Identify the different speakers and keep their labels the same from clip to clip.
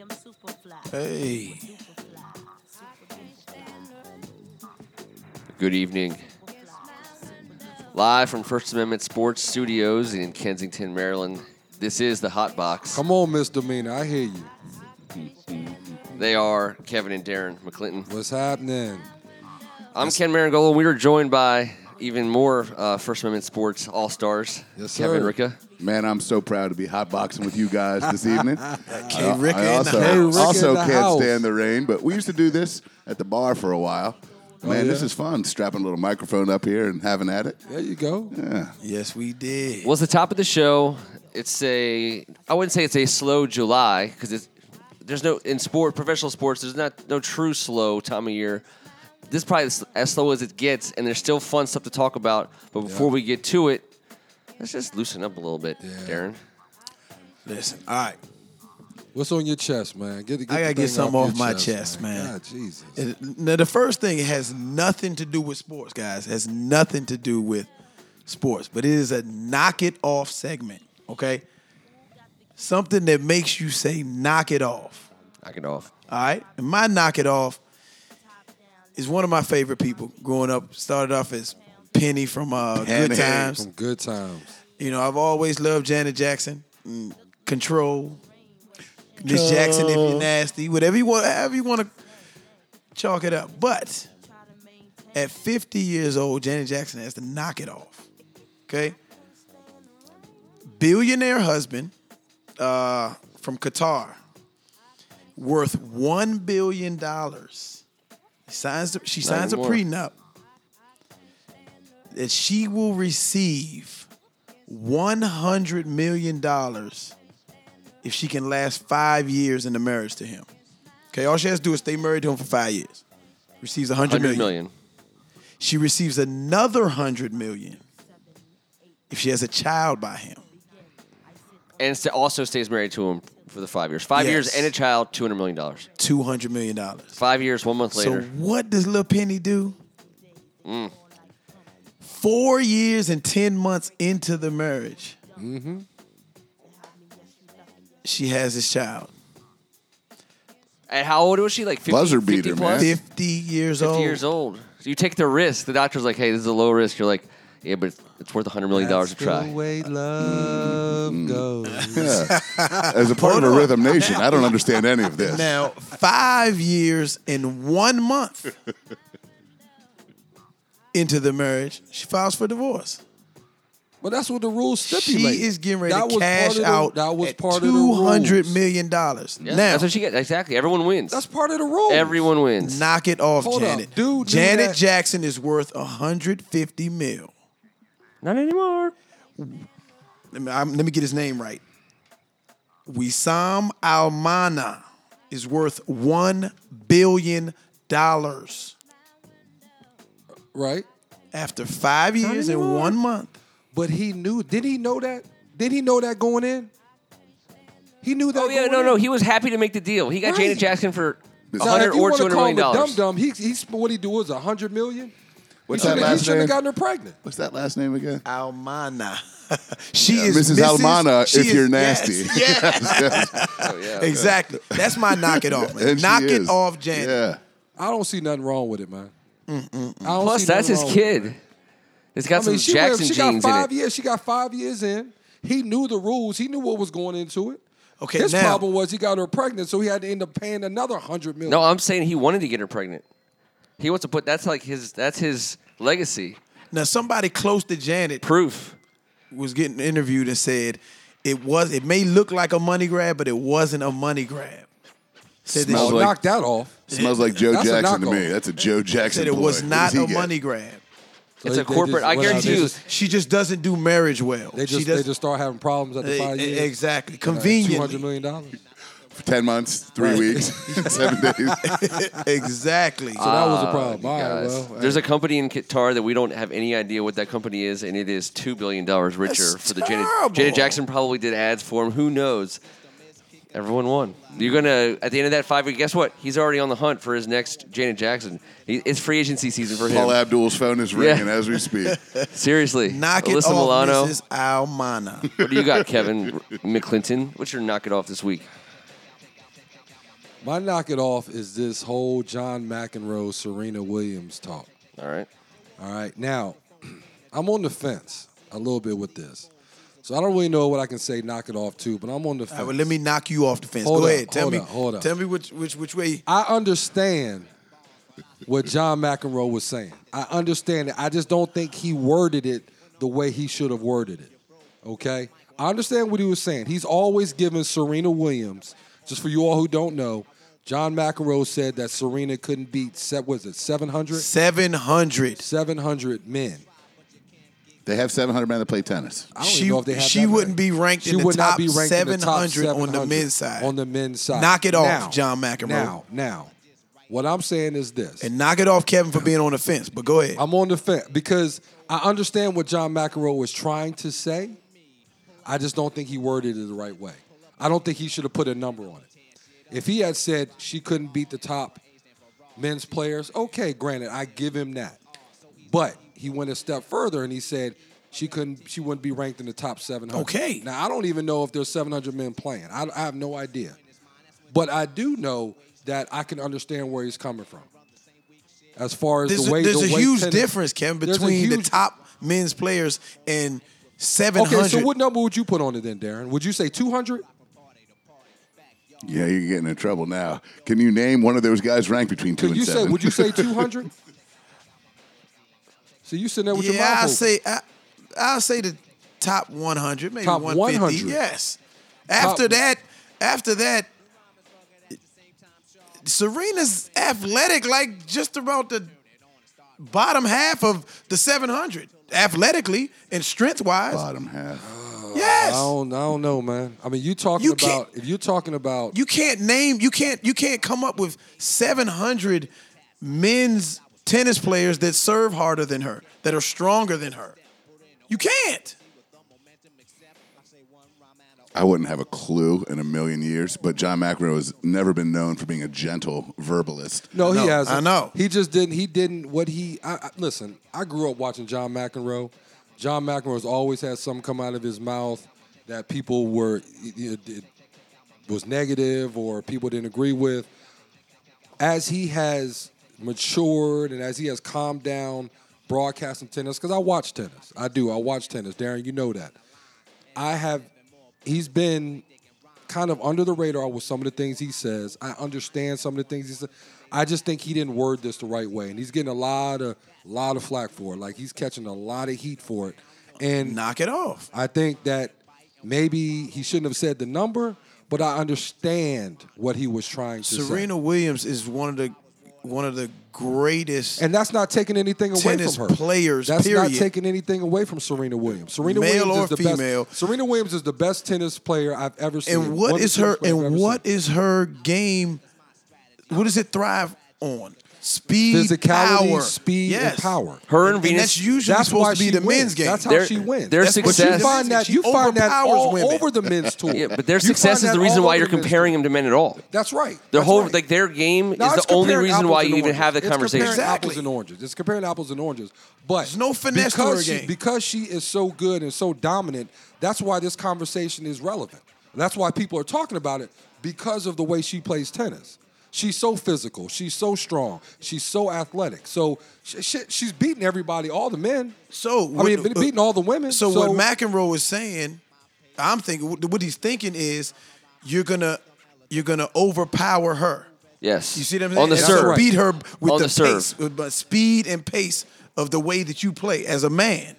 Speaker 1: am super fly.
Speaker 2: Hey.
Speaker 3: Good evening. Live from First Amendment Sports Studios in Kensington, Maryland. This is the Hot Box.
Speaker 2: Come on, misdemeanor. I hear you.
Speaker 3: They are Kevin and Darren McClinton.
Speaker 2: What's happening?
Speaker 3: I'm Ken Marangolo. We are joined by even more uh, First Amendment Sports All Stars.
Speaker 2: Yes,
Speaker 3: Kevin
Speaker 2: sir.
Speaker 3: Ricca.
Speaker 4: Man, I'm so proud to be hotboxing with you guys this evening.
Speaker 5: K. Rick
Speaker 4: I
Speaker 5: in the
Speaker 4: also,
Speaker 5: house.
Speaker 4: also
Speaker 2: Rick in the
Speaker 4: can't
Speaker 2: house.
Speaker 4: stand the rain, but we used to do this at the bar for a while.
Speaker 5: Oh,
Speaker 4: Man, this
Speaker 2: yeah?
Speaker 4: is fun, strapping a little microphone up here and having at it.
Speaker 2: There you go.
Speaker 5: Yes, we did.
Speaker 3: Well, it's the top of the show. It's a, I wouldn't say it's a slow July because it's, there's no, in sport, professional sports, there's not no true slow time of year. This is probably as- as slow as it gets, and there's still fun stuff to talk about. But before we get to it, let's just loosen up a little bit, Darren.
Speaker 5: Listen, all right.
Speaker 2: What's on your chest, man? Get, get
Speaker 5: I gotta
Speaker 2: the
Speaker 5: get
Speaker 2: thing
Speaker 5: something off
Speaker 2: your
Speaker 5: my chest, man.
Speaker 2: God, Jesus.
Speaker 5: It- Now, the first thing has nothing to do with sports, guys. It has nothing to do with sports, but it is a knock it off segment, okay? Something that makes you say knock it off,
Speaker 3: Knock it off.
Speaker 5: all right? And my knock it off is one of my favorite people growing up. Started off as Penny from uh, Good
Speaker 4: Penny.
Speaker 5: Times.
Speaker 2: Some good times.
Speaker 5: You know, I've always loved Janet Jackson. Mm, Control. Miss Jackson, if you're nasty, whatever you want, however you want to chalk it up. But at 50 years old, Janet Jackson has to knock it off. Okay? Billionaire husband uh, from Qatar, worth one billion dollars. Signs. She
Speaker 3: Not
Speaker 5: signs
Speaker 3: anymore.
Speaker 5: a prenup that she will receive one hundred million dollars if she can last five years in the marriage to him. Okay, all she has to do is stay married to him for five years. Receives a hundred
Speaker 3: 100
Speaker 5: million.
Speaker 3: million.
Speaker 5: She receives another hundred million if she has a child by him.
Speaker 3: And st- also stays married to him for the five years. Five years
Speaker 5: Yes.
Speaker 3: and a child, $200 million.
Speaker 5: Two hundred million dollars.
Speaker 3: Five years, one month later. Mm.
Speaker 5: So what does Lil Penny do? Four years and ten months into the marriage,
Speaker 3: Mm-hmm.
Speaker 5: she has this child.
Speaker 3: and how old was she? Like 50,
Speaker 4: Buzzer
Speaker 3: 50
Speaker 4: beater,
Speaker 3: plus?
Speaker 4: man.
Speaker 5: Fifty years
Speaker 3: 50
Speaker 5: old.
Speaker 3: years old. So you take the risk. The doctor's like, hey, this is a low risk. You're like, yeah, but it's, it's worth $100 million to try.
Speaker 2: way love goes.
Speaker 4: Yeah. As a part of a rhythm nation, I don't understand any of this.
Speaker 5: Now five years and one month into the marriage, she files for divorce.
Speaker 2: But that's what the rules
Speaker 5: She
Speaker 2: stipulate.
Speaker 5: is getting ready
Speaker 2: That
Speaker 5: to
Speaker 2: was part
Speaker 5: cash
Speaker 2: of the-
Speaker 5: out.
Speaker 2: That was
Speaker 5: at
Speaker 2: part of the
Speaker 5: two hundred
Speaker 2: rules.
Speaker 5: million dollars.
Speaker 3: Yeah,
Speaker 5: now
Speaker 3: that's what she gets. Exactly. Everyone wins.
Speaker 2: That's part of the rules.
Speaker 3: Everyone wins.
Speaker 5: Knock it off,
Speaker 2: Hold up,
Speaker 5: Janet.
Speaker 2: dude do
Speaker 5: Janet
Speaker 2: that-
Speaker 5: Jackson is worth 150 mil.
Speaker 3: Not anymore.
Speaker 5: Let me, I'm- let me get his name right. Wissam Almana is worth one billion dollars.
Speaker 2: Right?
Speaker 5: After five years and one month,
Speaker 2: But he knew. Did he know that? Did he know that going in? He knew that.
Speaker 3: Oh, yeah,
Speaker 2: going
Speaker 3: no,
Speaker 2: in?
Speaker 3: no. He was happy to make the deal. He got
Speaker 2: Right.
Speaker 3: Janet Jackson for
Speaker 4: Now,
Speaker 2: Now,
Speaker 3: 100
Speaker 2: if you
Speaker 3: or
Speaker 2: want to
Speaker 3: $200
Speaker 2: call
Speaker 3: million.
Speaker 2: him a dum dum, he, he what he do was a hundred million.
Speaker 4: What's
Speaker 2: He
Speaker 4: that last
Speaker 2: should
Speaker 4: name?
Speaker 2: have gotten her pregnant.
Speaker 4: What's that last name again?
Speaker 5: Almana. she Uh, is
Speaker 4: Mrs. Almana,
Speaker 5: she
Speaker 4: if
Speaker 5: is-
Speaker 4: you're nasty.
Speaker 5: yes, yes,
Speaker 3: Oh, yeah.
Speaker 5: exactly. That's my knock it off. man.
Speaker 4: And she
Speaker 5: knock it
Speaker 4: is.
Speaker 5: off, Janet.
Speaker 4: Yeah.
Speaker 2: I don't see nothing wrong with it, man. I don't
Speaker 3: Plus,
Speaker 2: see nothing
Speaker 3: that's his
Speaker 2: wrong with it.
Speaker 3: kid. It's
Speaker 2: I
Speaker 3: got
Speaker 2: mean,
Speaker 3: some
Speaker 2: she,
Speaker 3: Jackson
Speaker 2: went, she got
Speaker 3: genes
Speaker 2: five
Speaker 3: in it.
Speaker 2: years. She got five years in. He knew the rules. He knew what was going into it.
Speaker 5: Okay,
Speaker 2: His
Speaker 5: now-
Speaker 2: problem was he got her pregnant, so he had to end up paying another hundred million.
Speaker 3: No, I'm saying he wanted to get her pregnant. He wants to put that's like his that's his legacy
Speaker 5: Now somebody close to Janet
Speaker 3: proof.
Speaker 5: was getting interviewed and said it was it may look like a money grab, but it wasn't a money grab. Said, that
Speaker 4: Smells
Speaker 2: oh,
Speaker 5: she-
Speaker 4: like-
Speaker 2: knock that off.
Speaker 4: Smells like Joe
Speaker 2: That's a
Speaker 4: Jackson to
Speaker 2: knockoff.
Speaker 4: me. That's a Joe Jackson.
Speaker 5: said it was
Speaker 4: ploy.
Speaker 5: not
Speaker 4: What does he
Speaker 5: a
Speaker 4: get?
Speaker 5: money grab.
Speaker 3: It's
Speaker 2: So
Speaker 3: a
Speaker 2: they
Speaker 3: corporate.
Speaker 2: just
Speaker 3: I
Speaker 2: went out,
Speaker 3: guarantee
Speaker 2: they
Speaker 3: you,
Speaker 2: just-
Speaker 5: She just doesn't do marriage well.
Speaker 2: They
Speaker 5: she
Speaker 2: just they
Speaker 5: does,
Speaker 2: just start having problems after
Speaker 5: E-
Speaker 2: five
Speaker 5: e-
Speaker 2: years.
Speaker 5: exactly.
Speaker 2: Two
Speaker 5: Conveniently.
Speaker 2: hundred million dollars.
Speaker 4: For Ten months, three
Speaker 2: Right.
Speaker 4: weeks, seven days.
Speaker 5: exactly.
Speaker 2: So that was a
Speaker 3: Ah,
Speaker 2: problem.
Speaker 3: you
Speaker 2: All right,
Speaker 3: guys.
Speaker 2: Oh, well,
Speaker 3: There's a company in Qatar that we don't have any idea what that company is, and it is two billion dollars richer
Speaker 5: That's
Speaker 3: for the Janet.
Speaker 5: terrible.
Speaker 3: Janet Jackson probably did ads for him. Who knows? Everyone won. You're gonna at the end of that five year. Guess what? He's already on the hunt for his next Janet Jackson. He, it's free agency season for him.
Speaker 4: Paul Abdul's phone is ringing
Speaker 3: Yeah.
Speaker 4: as we speak.
Speaker 3: Seriously,
Speaker 5: Knock
Speaker 3: Alyssa
Speaker 5: it off,
Speaker 3: Milano.
Speaker 5: Mrs. Almana.
Speaker 3: What do you got, Kevin McClinton? What's your knock it off this week?
Speaker 2: My knock it off is this whole John McEnroe, Serena Williams talk.
Speaker 3: All right.
Speaker 2: All right. Now, I'm on the fence a little bit with this. So I don't really know what I can say knock it off to, but I'm on the
Speaker 5: All
Speaker 2: fence.
Speaker 5: right, well, let me knock you off the fence.
Speaker 2: Hold
Speaker 5: Go
Speaker 2: up,
Speaker 5: ahead. Tell
Speaker 2: hold
Speaker 5: me.
Speaker 2: up, hold up.
Speaker 5: Tell me which which which way.
Speaker 2: I understand what John McEnroe was saying. I understand it. I just don't think he worded it the way he should have worded it. Okay? I understand what he was saying. He's always given Serena Williams, just for you all who don't know, John McEnroe said that Serena couldn't beat, se- was it 700?
Speaker 5: Seven hundred.
Speaker 2: 700 men.
Speaker 4: They have 700 men that play tennis.
Speaker 2: I don't
Speaker 5: She-
Speaker 2: even know if they have
Speaker 5: she
Speaker 2: that many.
Speaker 5: wouldn't be ranked
Speaker 2: she
Speaker 5: in the
Speaker 2: would not
Speaker 5: top
Speaker 2: be ranked in the top
Speaker 5: 700 on the
Speaker 2: 700
Speaker 5: men's side.
Speaker 2: On the men's side.
Speaker 5: Knock it off,
Speaker 2: Now-
Speaker 5: John McEnroe.
Speaker 2: Now, now, what I'm saying is this.
Speaker 5: And knock it off, Kevin, for being on the fence. But go ahead.
Speaker 2: I'm on the fence because I understand what John McEnroe was trying to say. I just don't think he worded it the right way. I don't think he should have put a number on it. If he had said she couldn't beat the top men's players, okay, granted, I give him that. But he went a step further and he said she couldn't, she wouldn't be ranked in the top 700.
Speaker 5: Okay.
Speaker 2: Now I don't even know if there's 700 men playing. I, I have no idea. But I do know that I can understand where he's coming from. As far as
Speaker 5: There's,
Speaker 2: the way
Speaker 5: a, there's
Speaker 2: the
Speaker 5: a
Speaker 2: way
Speaker 5: huge
Speaker 2: tennis-
Speaker 5: difference, Kevin,
Speaker 2: There's a
Speaker 5: between the
Speaker 2: huge-
Speaker 5: top men's players and seven
Speaker 2: Okay,
Speaker 5: hundred.
Speaker 2: so what number would you put on it then, Darren? Would you say 200?
Speaker 4: Yeah, you're getting in trouble now. Can you name one of those guys ranked between two
Speaker 2: Could
Speaker 4: and
Speaker 2: you
Speaker 4: seven?
Speaker 2: say, would you say 200? so you sitting there with your
Speaker 5: yeah,
Speaker 2: mouth
Speaker 5: I
Speaker 2: open.
Speaker 5: say I, I say the top one hundred, maybe
Speaker 2: Top
Speaker 5: one fifty.
Speaker 2: 100.
Speaker 5: Yes. After
Speaker 2: Top-
Speaker 5: that, after that, Serena's athletic, like just about the bottom half of the seven hundred, athletically and strength wise.
Speaker 4: Bottom half.
Speaker 2: I
Speaker 5: Yes.
Speaker 2: don't, I don't know, man. I mean, you talking
Speaker 5: You can't-
Speaker 2: about if you're talking about
Speaker 5: you can't name you can't you can't come up with 700 men's tennis players that serve harder than her that are stronger than her you can't
Speaker 4: I wouldn't have a clue in a million years, but John McEnroe has never been known for being a gentle verbalist.
Speaker 2: No,
Speaker 5: No,
Speaker 2: he hasn't.
Speaker 5: I know.
Speaker 2: He just didn't. He didn't. What he I, I, listen. I grew up watching John McEnroe. John McEnroe's always had something come out of his mouth that people were it, it was negative or people didn't agree with. As he has matured and as he has calmed down broadcasting tennis, because I watch tennis. I do. I watch tennis. Darren, you know that. I have. He's been kind of under the radar with some of the things he says. I understand some of the things he says. I just think he didn't word this the right way, and he's getting a lot of lot of flack for it. Like he's catching a lot of heat for it, and
Speaker 5: knock it off
Speaker 2: I think that maybe he shouldn't have said the number. But I understand what he was trying to say,
Speaker 5: serena williams is one of the one of the greatest
Speaker 2: and that's not taking anything away
Speaker 5: Tennis
Speaker 2: from her.
Speaker 5: players,
Speaker 2: that's not
Speaker 5: period.
Speaker 2: taking anything away from Serena Williams. Serena
Speaker 5: Male
Speaker 2: Williams
Speaker 5: or
Speaker 2: is the
Speaker 5: female.
Speaker 2: best. Serena Williams is the best tennis player I've ever seen.
Speaker 5: and
Speaker 2: One
Speaker 5: what
Speaker 2: of the
Speaker 5: is
Speaker 2: tennis
Speaker 5: her
Speaker 2: players I've
Speaker 5: and
Speaker 2: ever
Speaker 5: what
Speaker 2: seen.
Speaker 5: is her game what does it thrive on speed
Speaker 2: Physicality,
Speaker 5: power.
Speaker 2: speed, and
Speaker 5: yes.
Speaker 2: power.
Speaker 3: Her and Venus-
Speaker 5: that's usually
Speaker 2: That's why
Speaker 5: supposed to be
Speaker 2: she
Speaker 5: the
Speaker 2: wins.
Speaker 5: men's game
Speaker 2: That's how
Speaker 3: Their-
Speaker 2: she wins.
Speaker 3: their
Speaker 5: That's what she
Speaker 3: success.
Speaker 2: You find that you
Speaker 5: She
Speaker 2: find that
Speaker 5: overpowers
Speaker 2: all
Speaker 5: women.
Speaker 2: over the men's tour.
Speaker 3: Yeah, but their
Speaker 2: You
Speaker 3: success
Speaker 2: find
Speaker 3: is the
Speaker 2: that
Speaker 3: reason
Speaker 2: all
Speaker 3: why
Speaker 2: over
Speaker 3: you're
Speaker 2: the men's
Speaker 3: comparing them to men at all.
Speaker 2: tour. That's right.
Speaker 3: Their
Speaker 2: That's
Speaker 3: whole
Speaker 2: right.
Speaker 3: like their game
Speaker 2: No,
Speaker 3: is
Speaker 2: it's
Speaker 3: the only
Speaker 2: comparing
Speaker 3: reason
Speaker 2: apples
Speaker 3: why
Speaker 2: and
Speaker 3: you even
Speaker 2: oranges.
Speaker 3: have that
Speaker 2: It's
Speaker 3: conversation.
Speaker 2: Comparing apples
Speaker 5: Exactly.
Speaker 2: and oranges. It's comparing apples and oranges. But
Speaker 5: There's no finesse to
Speaker 2: because
Speaker 5: her
Speaker 2: she,
Speaker 5: game.
Speaker 2: because she is so good and so dominant. That's why this conversation is relevant. That's why people are talking about it because of the way she plays tennis. She's so physical. She's so strong. She's so athletic. So sh shit, she's beating everybody, all the men.
Speaker 5: So
Speaker 2: I mean, beating all the women.
Speaker 5: So, what McEnroe is saying, I'm thinking what he's thinking is you're gonna you're gonna overpower her.
Speaker 3: Yes.
Speaker 5: You see what I'm saying?
Speaker 3: On the
Speaker 5: And so
Speaker 3: serve.
Speaker 5: beat her with
Speaker 3: On
Speaker 5: the,
Speaker 3: the serve.
Speaker 5: pace, with the speed and pace of the way that you play as a man.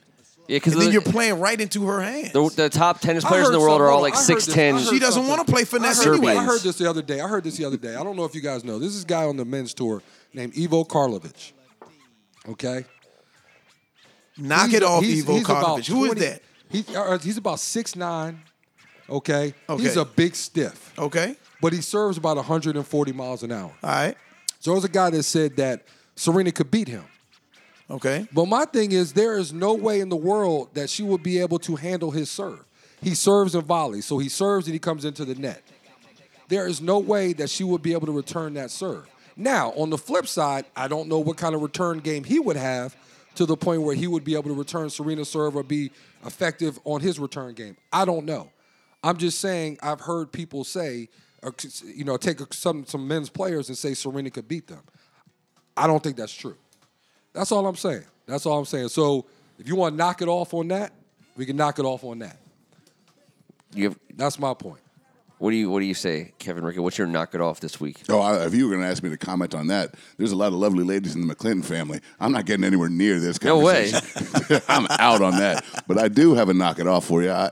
Speaker 3: Yeah, because
Speaker 5: And then you're
Speaker 3: the,
Speaker 5: playing right into her hands.
Speaker 3: the, the top tennis
Speaker 2: I
Speaker 3: players
Speaker 2: heard
Speaker 3: in the world
Speaker 2: something-
Speaker 3: are all
Speaker 2: I
Speaker 3: like
Speaker 2: heard
Speaker 3: six ten.
Speaker 2: this. I
Speaker 5: She
Speaker 2: heard
Speaker 5: doesn't
Speaker 2: something.
Speaker 5: wanna play finesse
Speaker 2: I heard,
Speaker 3: anyways.
Speaker 2: I heard this the other day. I heard this the other day. I don't know if you guys know. This is a guy on the men's tour named Ivo Karlovic. Okay?
Speaker 5: Knock
Speaker 2: He's-
Speaker 5: it off,
Speaker 2: he's-
Speaker 5: Ivo
Speaker 2: he's about
Speaker 5: Karpovich. Who is
Speaker 2: 20
Speaker 5: that?
Speaker 2: He, uh, he's about 6'9", okay?
Speaker 5: Okay.
Speaker 2: He's a big stiff,
Speaker 5: Okay.
Speaker 2: but he serves about 140 miles an hour.
Speaker 5: All right.
Speaker 2: So there's a guy that said that Serena could beat him.
Speaker 5: Okay.
Speaker 2: But my thing is, there is no way in the world that she would be able to handle his serve. He serves and volleys, so he serves and he comes into the net. There is no way that she would be able to return that serve. Now, on the flip side, I don't know what kind of return game he would have to the point where he would be able to return Serena's serve or be effective on his return game. I don't know. I'm just saying I've heard people say or, you know, take some some men's players and say Serena could beat them. I don't think that's true. That's all I'm saying. That's all I'm saying. So if you want to knock it off on that, we can knock it off on that.
Speaker 3: You have,
Speaker 2: That's my point.
Speaker 3: what do you What do you say, Kevin Rickett? What's your knock it off this week?
Speaker 4: Oh, I, if you were going to ask me to comment on that, there's a lot of lovely ladies in the McClinton family. I'm not getting anywhere near this.
Speaker 3: No way.
Speaker 4: conversation. I'm out on that. But I do have a knock it off for you. I,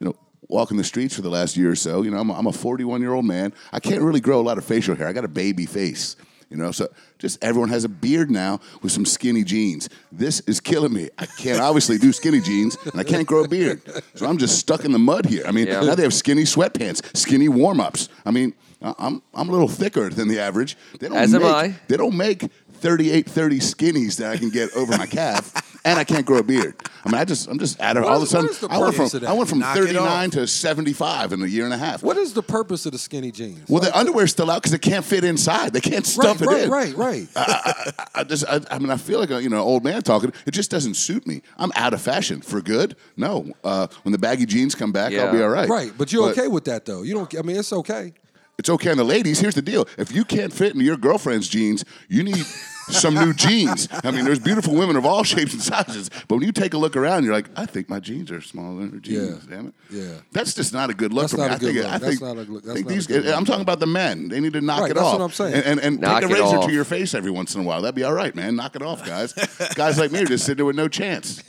Speaker 4: you know, walking the streets for the last year or so. You know, I'm a, I'm a 41 year old man. I can't really grow a lot of facial hair. I got a baby face. You know, so just everyone has a beard now with some skinny jeans. This is killing me. I can't obviously do skinny jeans, and I can't grow a beard. So I'm just stuck in the mud here. I mean,
Speaker 3: Yeah.
Speaker 4: now they have skinny sweatpants, skinny warm ups. I mean, I- I'm I'm a little thicker than the average. They don't
Speaker 3: As am
Speaker 4: make,
Speaker 3: I.
Speaker 4: They don't make 38, 30 skinnies that I can get over my calf, and I can't grow a beard. I mean, I just I'm just out of
Speaker 2: What
Speaker 4: all of a
Speaker 2: is-
Speaker 4: sudden
Speaker 2: what is the
Speaker 4: I went
Speaker 2: purpose of
Speaker 4: from
Speaker 2: that?
Speaker 4: I went from
Speaker 5: Knock it off.
Speaker 4: 39 to 75 in a year and a half.
Speaker 2: What is the purpose of the skinny jeans?
Speaker 4: Well, the underwear's still out because it can't fit inside. They can't stuff
Speaker 2: right,
Speaker 4: it in.
Speaker 2: right, right, right.
Speaker 4: I just, I, I mean, I feel like a you know old man talking. It just doesn't suit me. I'm out of fashion for good. No, uh, when the baggy jeans come back, I'll be
Speaker 3: Yeah.
Speaker 4: all right.
Speaker 2: Right, but you're okay with that though. You don't. I mean, it's okay.
Speaker 4: It's okay on the ladies. Here's the deal: if you can't fit into your girlfriend's jeans, you need some new jeans. I mean, there's beautiful women of all shapes and sizes, but when you take a look around, you're like, I think my jeans are smaller than her jeans.
Speaker 2: Yeah.
Speaker 4: Damn it.
Speaker 2: Yeah.
Speaker 4: That's just not a good look
Speaker 2: That's
Speaker 4: for me.
Speaker 2: not a
Speaker 4: I
Speaker 2: good
Speaker 4: think,
Speaker 2: look.
Speaker 4: I
Speaker 2: That's
Speaker 4: think,
Speaker 2: not a good- that's
Speaker 4: think
Speaker 2: not a
Speaker 4: these.
Speaker 2: good look.
Speaker 4: I'm talking about the men. They need to knock
Speaker 2: Right,
Speaker 4: it
Speaker 2: that's
Speaker 4: off.
Speaker 2: what I'm saying.
Speaker 4: And, and, and
Speaker 3: Knock
Speaker 4: take a
Speaker 3: it
Speaker 4: razor
Speaker 3: off.
Speaker 4: to your face every once in a while. That'd be all right, man. Knock it off, guys. guys like me are just sitting there with no chance.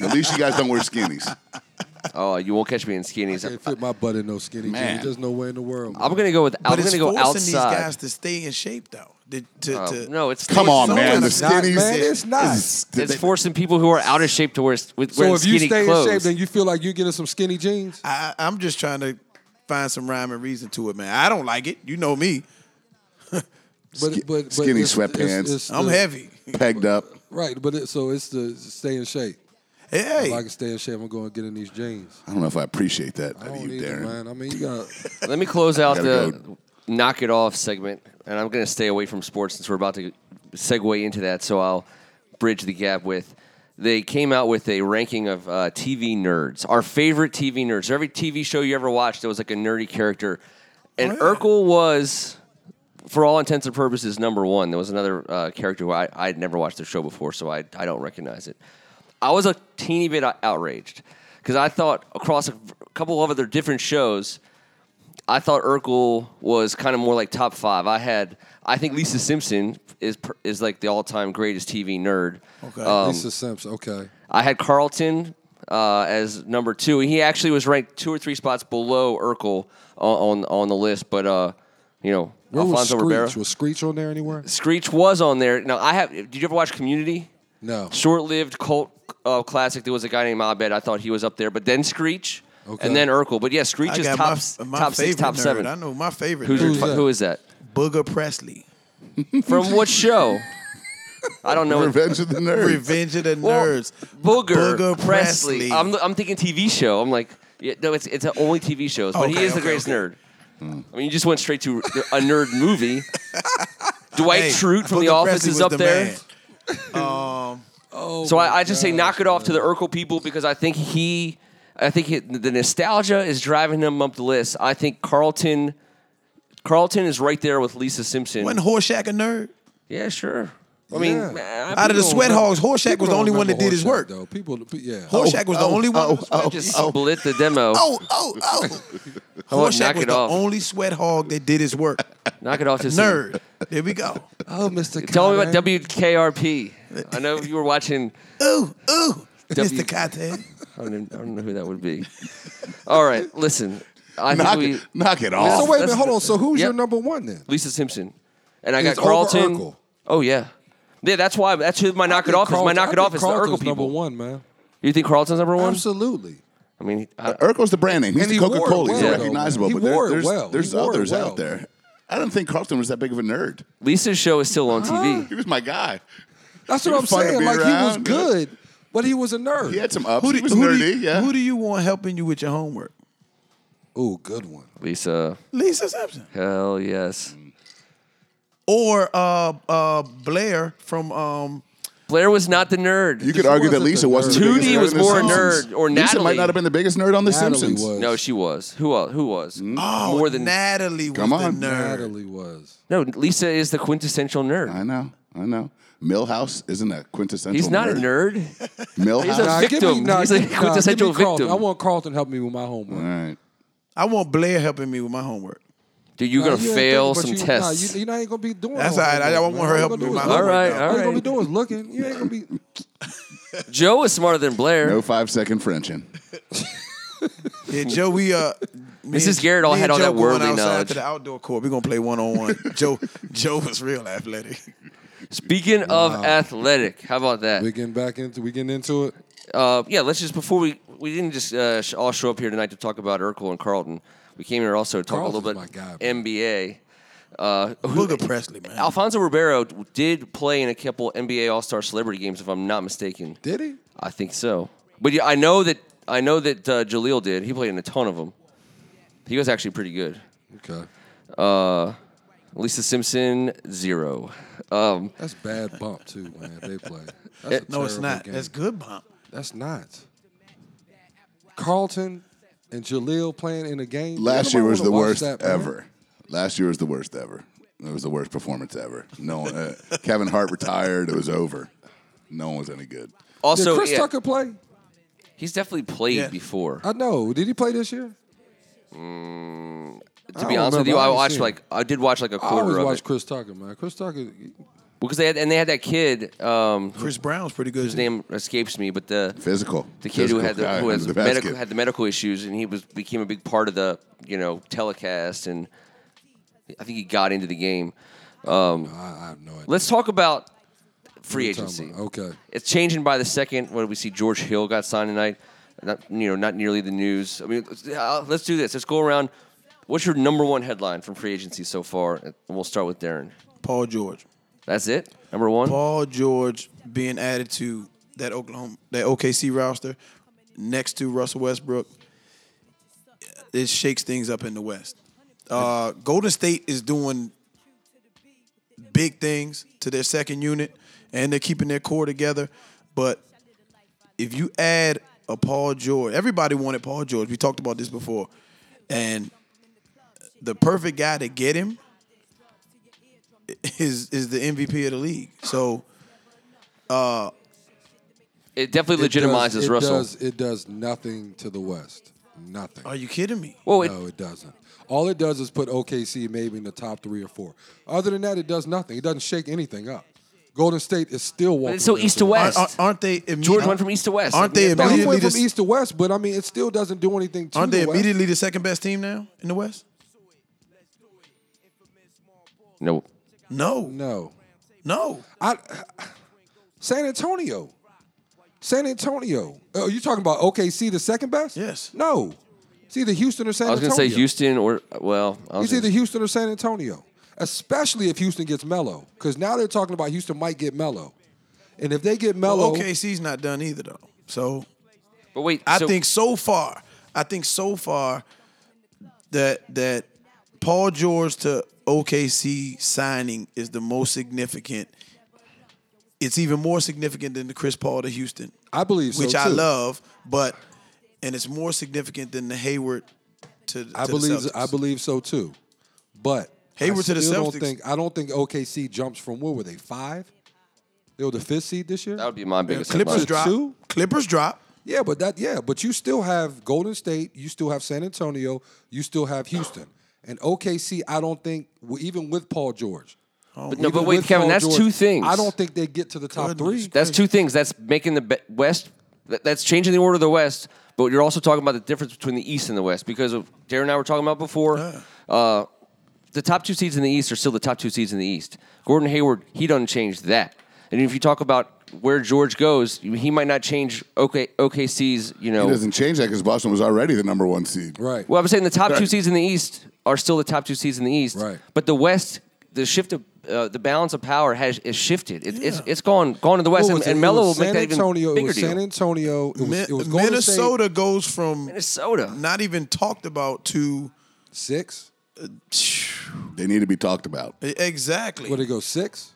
Speaker 4: At least you guys don't wear skinnies.
Speaker 3: Oh, you won't catch me in skinnies.
Speaker 2: Can't fit my butt in no skinny
Speaker 4: Man.
Speaker 2: jeans. There's no way in the world.
Speaker 3: I'm gonna go with. I'm
Speaker 5: But it's
Speaker 3: gonna go
Speaker 5: forcing
Speaker 3: outside.
Speaker 5: these guys to stay in shape, though. To, to,
Speaker 3: Oh,
Speaker 5: to-
Speaker 3: no, it's
Speaker 4: Come on,
Speaker 5: Someone
Speaker 4: man. The
Speaker 5: is not,
Speaker 4: skinnies.
Speaker 2: man, it's not.
Speaker 4: is-
Speaker 3: It's forcing people who are out of shape to wear, s- with,
Speaker 2: so
Speaker 3: wearing
Speaker 2: if you
Speaker 3: skinny
Speaker 2: stay
Speaker 3: clothes.
Speaker 2: in shape, then you feel like you're getting some skinny jeans.
Speaker 5: I, I'm just trying to find some rhyme and reason to it, man. I don't like it. You know me.
Speaker 2: But, but, but
Speaker 4: skinny
Speaker 2: it's-
Speaker 4: sweatpants.
Speaker 2: it's- it's
Speaker 5: I'm
Speaker 2: the-
Speaker 5: heavy.
Speaker 4: pegged up.
Speaker 2: Right, but it, so it's the stay in shape. If I
Speaker 5: Hey,
Speaker 2: can stay in shape, I'm going to get in these jeans.
Speaker 4: I don't know if I appreciate that.
Speaker 2: I
Speaker 4: of
Speaker 2: don't
Speaker 4: you,
Speaker 2: either,
Speaker 4: Darren.
Speaker 2: man. I mean, you got
Speaker 3: Let me close out
Speaker 4: Gotta
Speaker 3: the knock it off segment, and I'm going to stay away from sports since we're about to segue into that. So I'll bridge the gap with. They came out with a ranking of uh, TV nerds, our favorite TV nerds. Every TV show you ever watched, there was like a nerdy character, and
Speaker 5: Oh, yeah.
Speaker 3: Urkel was, for all intents and purposes, number one. There was another uh, character who I I'd never watched the show before, so I I don't recognize it. I was a teeny bit outraged because I thought across a couple of other different shows, I thought Urkel was kind of more like top five. I had, I think Lisa Simpson is per- is like the all time greatest TV nerd.
Speaker 5: Okay.
Speaker 3: Um,
Speaker 2: Lisa Simpson. Okay,
Speaker 3: I had Carlton uh, as number two. He actually was ranked two or three spots below Urkel on on, on the list, but uh, you know,
Speaker 2: where was
Speaker 3: Alfonso
Speaker 2: Screech?
Speaker 3: Ribeiro.
Speaker 2: Was Screech on there anywhere?
Speaker 3: Screech was on there. Now I have. Did you ever watch Community?
Speaker 2: No.
Speaker 3: Short-lived cult uh, classic. There was a guy named Abed. I thought he was up there, but then Screech,
Speaker 2: Okay.
Speaker 3: and then Urkel. But yeah, Screech
Speaker 5: I
Speaker 3: is
Speaker 5: got
Speaker 3: top s-
Speaker 5: my, my
Speaker 3: top
Speaker 5: favorite
Speaker 3: six, top
Speaker 5: nerd.
Speaker 3: seven.
Speaker 5: I know my favorite.
Speaker 3: Who's,
Speaker 5: nerd.
Speaker 3: your
Speaker 2: Who's
Speaker 3: fa-
Speaker 2: that?
Speaker 3: who is that?
Speaker 5: Booger Presley.
Speaker 3: From what show? I don't know.
Speaker 4: Revenge of the Nerds.
Speaker 5: Revenge of the
Speaker 3: Well,
Speaker 5: Nerds.
Speaker 3: Booger,
Speaker 5: Booger
Speaker 3: Presley.
Speaker 5: Presley.
Speaker 3: I'm, I'm thinking TV show. I'm like, yeah, no, it's it's only TV shows. But he
Speaker 5: Okay,
Speaker 3: is the
Speaker 5: okay,
Speaker 3: greatest
Speaker 5: okay.
Speaker 3: nerd. I mean, you just went straight to a nerd movie. Dwight
Speaker 5: Hey,
Speaker 3: Schrute from The
Speaker 5: Booger
Speaker 3: Office
Speaker 5: Presley
Speaker 3: is
Speaker 5: was
Speaker 3: up
Speaker 5: the
Speaker 3: there.
Speaker 5: man.
Speaker 2: Oh,
Speaker 3: So
Speaker 2: my
Speaker 3: I, I just say
Speaker 2: gosh,
Speaker 3: knock it off to
Speaker 2: man.
Speaker 3: the Urkel people because I think he, I think he, the nostalgia is driving him up the list. I think Carlton, Carlton is right there with Lisa Simpson.
Speaker 5: Wasn't Horseshack a nerd?
Speaker 3: yeah, sure. I mean,
Speaker 2: Yeah.
Speaker 3: man,
Speaker 5: Out of the
Speaker 3: people-
Speaker 5: sweat hogs, Horseshack
Speaker 2: People
Speaker 5: was the
Speaker 2: don't
Speaker 5: only one that
Speaker 2: remember
Speaker 5: did his
Speaker 2: Horseshack,
Speaker 5: work.
Speaker 2: Though people, yeah.
Speaker 5: Horseshack was the only one. that was-
Speaker 4: oh,
Speaker 3: Just
Speaker 4: oh,
Speaker 3: split the demo.
Speaker 5: Oh, oh, oh.
Speaker 3: How about
Speaker 5: Horseshack
Speaker 3: knock
Speaker 5: was
Speaker 3: it
Speaker 5: the
Speaker 3: off?
Speaker 5: only sweat hog that did his work.
Speaker 3: Knock it off to some-
Speaker 5: Nerd. There we go.
Speaker 2: Oh, Mr.
Speaker 3: Tell me about
Speaker 2: Conrad.
Speaker 3: WKRP. I know you were watching.
Speaker 5: Ooh,
Speaker 3: W-
Speaker 5: ooh. Mr. Cotton.
Speaker 3: I don't, even, I don't know who that would be. All right, listen. I
Speaker 4: knock,
Speaker 3: think
Speaker 4: it,
Speaker 3: we
Speaker 4: knock it off.
Speaker 2: So wait a minute,
Speaker 3: That's-
Speaker 2: hold on. So who's
Speaker 3: Yep.
Speaker 2: your number one then?
Speaker 3: Lisa Simpson, and I got
Speaker 2: It's over
Speaker 3: Carlton.
Speaker 2: Urkel.
Speaker 3: Oh yeah, yeah. That's why. That's who my knock it
Speaker 2: I think
Speaker 3: off is. My
Speaker 2: Carlton-
Speaker 3: knock
Speaker 2: I
Speaker 3: it
Speaker 2: think
Speaker 3: off is the Urkel
Speaker 2: Carlton's
Speaker 3: people.
Speaker 2: Number one, man.
Speaker 3: You think Carlton's number one?
Speaker 2: Absolutely.
Speaker 3: I mean, I,
Speaker 4: Urkel's the brand name. He's
Speaker 2: And
Speaker 4: the
Speaker 2: he wore it
Speaker 4: Coca Cola.
Speaker 2: well,
Speaker 4: He's
Speaker 2: though,
Speaker 4: recognizable.
Speaker 2: man. He
Speaker 4: but there-
Speaker 2: wore it
Speaker 4: there's,
Speaker 2: well.
Speaker 4: there's
Speaker 2: He wore it
Speaker 4: others
Speaker 2: well.
Speaker 4: out there. I don't think Carlton was that big of a nerd.
Speaker 3: Lisa's show is still on
Speaker 4: He
Speaker 3: TV.
Speaker 4: was my guy.
Speaker 2: That's
Speaker 4: He
Speaker 2: what I'm
Speaker 4: was fun to
Speaker 2: saying.
Speaker 4: be
Speaker 2: Like he was
Speaker 4: around, you know?
Speaker 2: good, but he was a nerd.
Speaker 4: He had some ups.
Speaker 5: Who
Speaker 4: he
Speaker 5: do,
Speaker 4: was
Speaker 5: who do
Speaker 4: nerdy.
Speaker 5: you-
Speaker 4: yeah.
Speaker 5: who do you want helping you with your homework?
Speaker 2: Ooh, good one.
Speaker 3: Lisa,
Speaker 5: Lisa Simpson.
Speaker 3: hell yes.
Speaker 5: Or uh, uh, Blair from um,
Speaker 3: Blair was not the nerd.
Speaker 4: You could argue that
Speaker 2: wasn't
Speaker 4: Lisa
Speaker 2: the
Speaker 4: wasn't. the
Speaker 3: nerd.
Speaker 4: biggest
Speaker 3: Tootie
Speaker 4: nerd
Speaker 3: was
Speaker 4: in The
Speaker 3: more a
Speaker 4: Simpsons.
Speaker 3: nerd, or
Speaker 4: Lisa
Speaker 3: Natalie.
Speaker 4: might not have been the biggest nerd on The
Speaker 2: Natalie
Speaker 4: Simpsons.
Speaker 2: was.
Speaker 3: no, she was. Who else? Who was?
Speaker 2: Mm.
Speaker 5: Oh,
Speaker 3: More than
Speaker 5: Natalie was
Speaker 4: Come on.
Speaker 5: the nerd.
Speaker 2: Natalie was.
Speaker 3: no. Lisa is the quintessential nerd.
Speaker 4: I know, I know. Millhouse isn't a quintessential.
Speaker 3: He's not
Speaker 4: nerd.
Speaker 3: a nerd.
Speaker 4: Millhouse.
Speaker 3: He's a
Speaker 2: Nah, give me,
Speaker 3: victim.
Speaker 2: nah,
Speaker 3: He's like
Speaker 2: give- nah,
Speaker 3: quintessential
Speaker 2: give me Carlton.
Speaker 3: victim.
Speaker 2: I want Carlton to help me with my homework.
Speaker 4: All right.
Speaker 5: I want Blair helping me with my homework.
Speaker 3: Dude, you're
Speaker 2: Nah,
Speaker 3: gonna
Speaker 2: you ain't
Speaker 3: fail
Speaker 2: thinking,
Speaker 3: some
Speaker 2: but you-
Speaker 3: tests.
Speaker 2: Nah, you, you ain't gonna be doing.
Speaker 5: That's
Speaker 2: all
Speaker 5: all right. I- I
Speaker 2: that,
Speaker 5: want
Speaker 2: man.
Speaker 5: her
Speaker 2: All you
Speaker 5: help
Speaker 2: gonna
Speaker 5: me
Speaker 2: do
Speaker 5: with
Speaker 2: is
Speaker 5: my
Speaker 2: look.
Speaker 3: all right,
Speaker 5: now.
Speaker 3: all
Speaker 2: All you gonna be
Speaker 3: right.
Speaker 2: doing is looking. You ain't gonna be.
Speaker 3: Joe is smarter than Blair.
Speaker 4: No five second Frenching.
Speaker 5: Yeah, Joe, we uh. me
Speaker 3: Mrs.
Speaker 5: and-
Speaker 3: Garrett all
Speaker 5: me
Speaker 3: had
Speaker 5: and
Speaker 3: all
Speaker 5: Joe
Speaker 3: that
Speaker 5: going
Speaker 3: worldly
Speaker 5: outside
Speaker 3: knowledge.
Speaker 5: To the outdoor court, we're gonna play one on one. Joe, Joe was real athletic.
Speaker 3: Speaking of athletic, how about that?
Speaker 2: We getting back into. We getting into it.
Speaker 3: uh, yeah, let's just before we we didn't just uh, sh- all show up here tonight to talk about Urkel and Carlton. We came here also to talk a little
Speaker 2: Carlton's
Speaker 3: bit
Speaker 2: my guy, man.
Speaker 3: NBA. Uh, who-
Speaker 5: Booger Presley, man.
Speaker 3: Alfonso Ribeiro did play in a couple NBA All Star Celebrity games, if I'm not mistaken.
Speaker 2: Did he?
Speaker 3: I think so. But yeah, I know that I know that uh, Jaleel did. He played in a ton of them. He was actually pretty good.
Speaker 2: Okay.
Speaker 3: Uh, Lisa Simpson zero. Um,
Speaker 2: That's bad bump too, man. They play. That's a
Speaker 5: no, it's
Speaker 2: terrible
Speaker 5: not.
Speaker 2: game.
Speaker 5: That's good bump.
Speaker 2: That's not. Carlton and Jaleel playing in a game.
Speaker 4: Last
Speaker 2: Yeah, nobody
Speaker 4: year was
Speaker 2: wanna
Speaker 4: the
Speaker 2: watch
Speaker 4: worst
Speaker 2: that, man.
Speaker 4: ever. Last year was the worst ever. It was the worst performance ever. No one. Uh, Kevin Hart retired. It was over. No one was any good.
Speaker 2: Did
Speaker 3: also,
Speaker 2: Chris
Speaker 3: yeah,
Speaker 2: Tucker play?
Speaker 3: he's definitely played
Speaker 5: Yeah.
Speaker 3: before.
Speaker 2: I know. Did he play this year?
Speaker 3: to
Speaker 2: I
Speaker 3: be
Speaker 2: don't
Speaker 3: honest with
Speaker 2: remember.
Speaker 3: you,
Speaker 2: I
Speaker 3: I
Speaker 2: haven't
Speaker 3: watched
Speaker 2: seen
Speaker 3: like I did watch like a
Speaker 2: I
Speaker 3: quarter
Speaker 2: always
Speaker 3: of
Speaker 2: watch
Speaker 3: it
Speaker 2: Chris Tucker, man. Chris Tucker.
Speaker 3: because they had and they had that kid. Um,
Speaker 5: Chris Brown's pretty good.
Speaker 3: his name escapes me, but the
Speaker 4: Physical.
Speaker 3: the kid who
Speaker 4: Physical
Speaker 3: had the,
Speaker 4: guy
Speaker 3: who
Speaker 4: under
Speaker 3: has
Speaker 4: the basket.
Speaker 3: medical had the medical issues, and he was became a big part of the you know telecast, and I think he got into the game.
Speaker 2: I, I have no idea.
Speaker 3: Let's talk about free
Speaker 2: What you're
Speaker 3: agency.
Speaker 2: talking about. oh. Okay.
Speaker 3: it's changing by the second. What do we see? George Hill got signed tonight. Not you know, not nearly the news. I mean, let's, uh, let's do this. Let's go around. What's your number one headline from free agency so far? And we'll start with Darren.
Speaker 5: Paul George.
Speaker 3: That's it. Number one.
Speaker 5: Paul George being added to that Oklahoma, that OKC roster, next to Russell Westbrook, it shakes things up in the West. Uh, Golden State is doing big things to their second unit, and they're keeping their core together. But if you add a Paul George, everybody wanted Paul George. We talked about this before, and the perfect guy to get him is is the MVP of the league. So.
Speaker 3: It definitely
Speaker 2: It does-
Speaker 3: legitimizes
Speaker 2: it
Speaker 3: Russell.
Speaker 2: Does, it does nothing to the West. Nothing.
Speaker 5: Are you kidding me?
Speaker 3: Well, it,
Speaker 2: no, it doesn't. All it does is put OKC maybe in the top three or four. Other than that, it does nothing. It doesn't shake anything up. Golden State is still walking.
Speaker 3: it's so
Speaker 2: away
Speaker 3: east
Speaker 2: from
Speaker 3: to
Speaker 2: the-
Speaker 5: Aren't,
Speaker 3: west.
Speaker 5: aren't- aren't they? imme-
Speaker 3: George went from east to west.
Speaker 5: Aren't they
Speaker 3: I mean,
Speaker 2: No, he
Speaker 5: immediately?
Speaker 2: went from
Speaker 5: the,
Speaker 2: east to west, but I mean, it still doesn't do anything to
Speaker 5: aren't they
Speaker 2: the West.
Speaker 5: immediately the second best team now in the West?
Speaker 3: No.
Speaker 5: No,
Speaker 2: No,
Speaker 5: no.
Speaker 2: I. San Antonio, San Antonio. Oh, you talking about OKC, the second best?
Speaker 5: Yes.
Speaker 2: No, it's either Houston or San
Speaker 3: I was
Speaker 2: Antonio.
Speaker 3: gonna say Houston or well, I was
Speaker 2: It's
Speaker 3: gonna
Speaker 2: either Houston or San Antonio, especially if Houston gets Mello, because now they're talking about Houston might get Mello, and if they get Mello,
Speaker 5: Well, OKC's not done either though. So
Speaker 3: say- but wait,
Speaker 5: I
Speaker 3: so-
Speaker 5: think so far, I think so far that that Paul George to OKC signing is the most significant. It's even more significant than the Chris Paul to Houston,
Speaker 2: I believe so
Speaker 5: which I
Speaker 2: too.
Speaker 5: love, but and it's more significant than the Hayward to.
Speaker 2: I
Speaker 5: to the
Speaker 2: believe
Speaker 5: Celtics.
Speaker 2: I believe so too, but
Speaker 5: Hayward
Speaker 2: I
Speaker 5: to the
Speaker 2: still
Speaker 5: Celtics.
Speaker 2: Don't think, I don't think OKC jumps from what were they five? They were the fifth seed this year.
Speaker 3: that would be my biggest.
Speaker 5: Clippers
Speaker 3: headline.
Speaker 5: drop.
Speaker 2: Two?
Speaker 5: Clippers drop.
Speaker 2: Yeah, but that yeah, but you still have Golden State, you still have San Antonio, you still have Houston, and OKC. I don't think w- even with Paul George.
Speaker 5: Oh.
Speaker 3: But no,
Speaker 2: even
Speaker 3: but wait,
Speaker 2: with
Speaker 3: Kevin,
Speaker 2: Paul
Speaker 3: that's
Speaker 2: George,
Speaker 3: two things.
Speaker 2: I don't think they get to the top
Speaker 5: Goodness.
Speaker 2: three.
Speaker 3: That's two things. That's making the be- West. that- That's changing the order of the West. But you're also talking about the difference between the East and the West because of Darren and I were talking about before. Uh, the top two seeds in the East are still the top two seeds in the East. Gordon Hayward, he doesn't change that. And if you talk about where George goes, he might not change OK, OKC's. You
Speaker 4: He
Speaker 3: know,
Speaker 4: doesn't change that because Boston was already the number one seed.
Speaker 2: Right.
Speaker 3: well, I'm saying the top two
Speaker 4: Right.
Speaker 3: seeds in the East are still the top two seeds in the East.
Speaker 2: Right.
Speaker 3: But the West, the shift of uh, the balance of power has is shifted. It, It's it's gone gone to the West,
Speaker 2: What
Speaker 3: and,
Speaker 2: was it?
Speaker 3: and
Speaker 2: It
Speaker 3: Melo will
Speaker 2: was
Speaker 3: make
Speaker 2: San
Speaker 3: that even
Speaker 2: Antonio. It
Speaker 3: bigger
Speaker 2: was
Speaker 3: deal.
Speaker 2: San Antonio. It was, it was Golden
Speaker 5: Minnesota goes from
Speaker 3: Minnesota.
Speaker 5: not even talked about to
Speaker 2: State six.
Speaker 4: They need to be talked about.
Speaker 5: E- exactly
Speaker 2: Where they go six?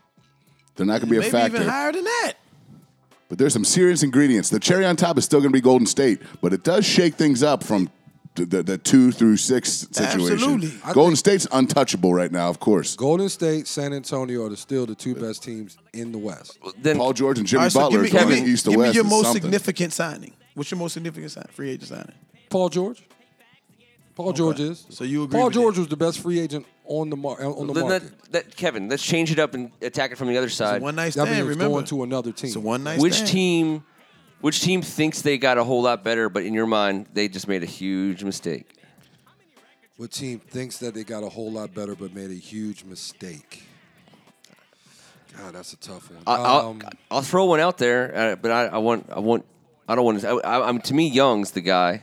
Speaker 4: They're not going to be a
Speaker 5: maybe
Speaker 4: factor.
Speaker 5: even higher than that.
Speaker 4: But there's some serious ingredients. The cherry on top is still going to be Golden State, but it does shake things up from the, the, the two through six situation.
Speaker 5: Absolutely.
Speaker 2: I
Speaker 4: Golden
Speaker 2: think-
Speaker 4: State's untouchable right now, of course.
Speaker 2: Golden State, San Antonio are still the two best teams in the West.
Speaker 3: Then
Speaker 4: Paul George and Jimmy
Speaker 5: All right, so give
Speaker 4: Butler
Speaker 5: me,
Speaker 4: is going
Speaker 5: give me-
Speaker 4: east to
Speaker 5: give me
Speaker 4: west.
Speaker 5: your
Speaker 4: is
Speaker 5: most
Speaker 4: something.
Speaker 5: significant signing. What's your most significant sign, free agent signing?
Speaker 2: Paul George. Paul George is.
Speaker 5: So you agree
Speaker 2: Paul
Speaker 5: with
Speaker 2: George
Speaker 5: that?
Speaker 2: was the best free agent on the mar- on the
Speaker 3: then
Speaker 2: market.
Speaker 3: that, that Kevin, let's change it up and attack it from the other
Speaker 5: It's a
Speaker 3: side.
Speaker 5: one night
Speaker 2: That
Speaker 5: stand.
Speaker 2: means it's
Speaker 5: remember,
Speaker 2: going to another team.
Speaker 5: it's a one night.
Speaker 3: Which
Speaker 5: stand.
Speaker 3: team? Which team thinks they got a whole lot better, but in your mind they just made a huge mistake?
Speaker 2: What team thinks that they got a whole lot better but made a huge mistake? God, that's a tough one.
Speaker 3: I- I'll,
Speaker 2: um,
Speaker 3: I'll throw one out there, uh, but I, I want I want I don't want to. I, I'm to me Young's the guy.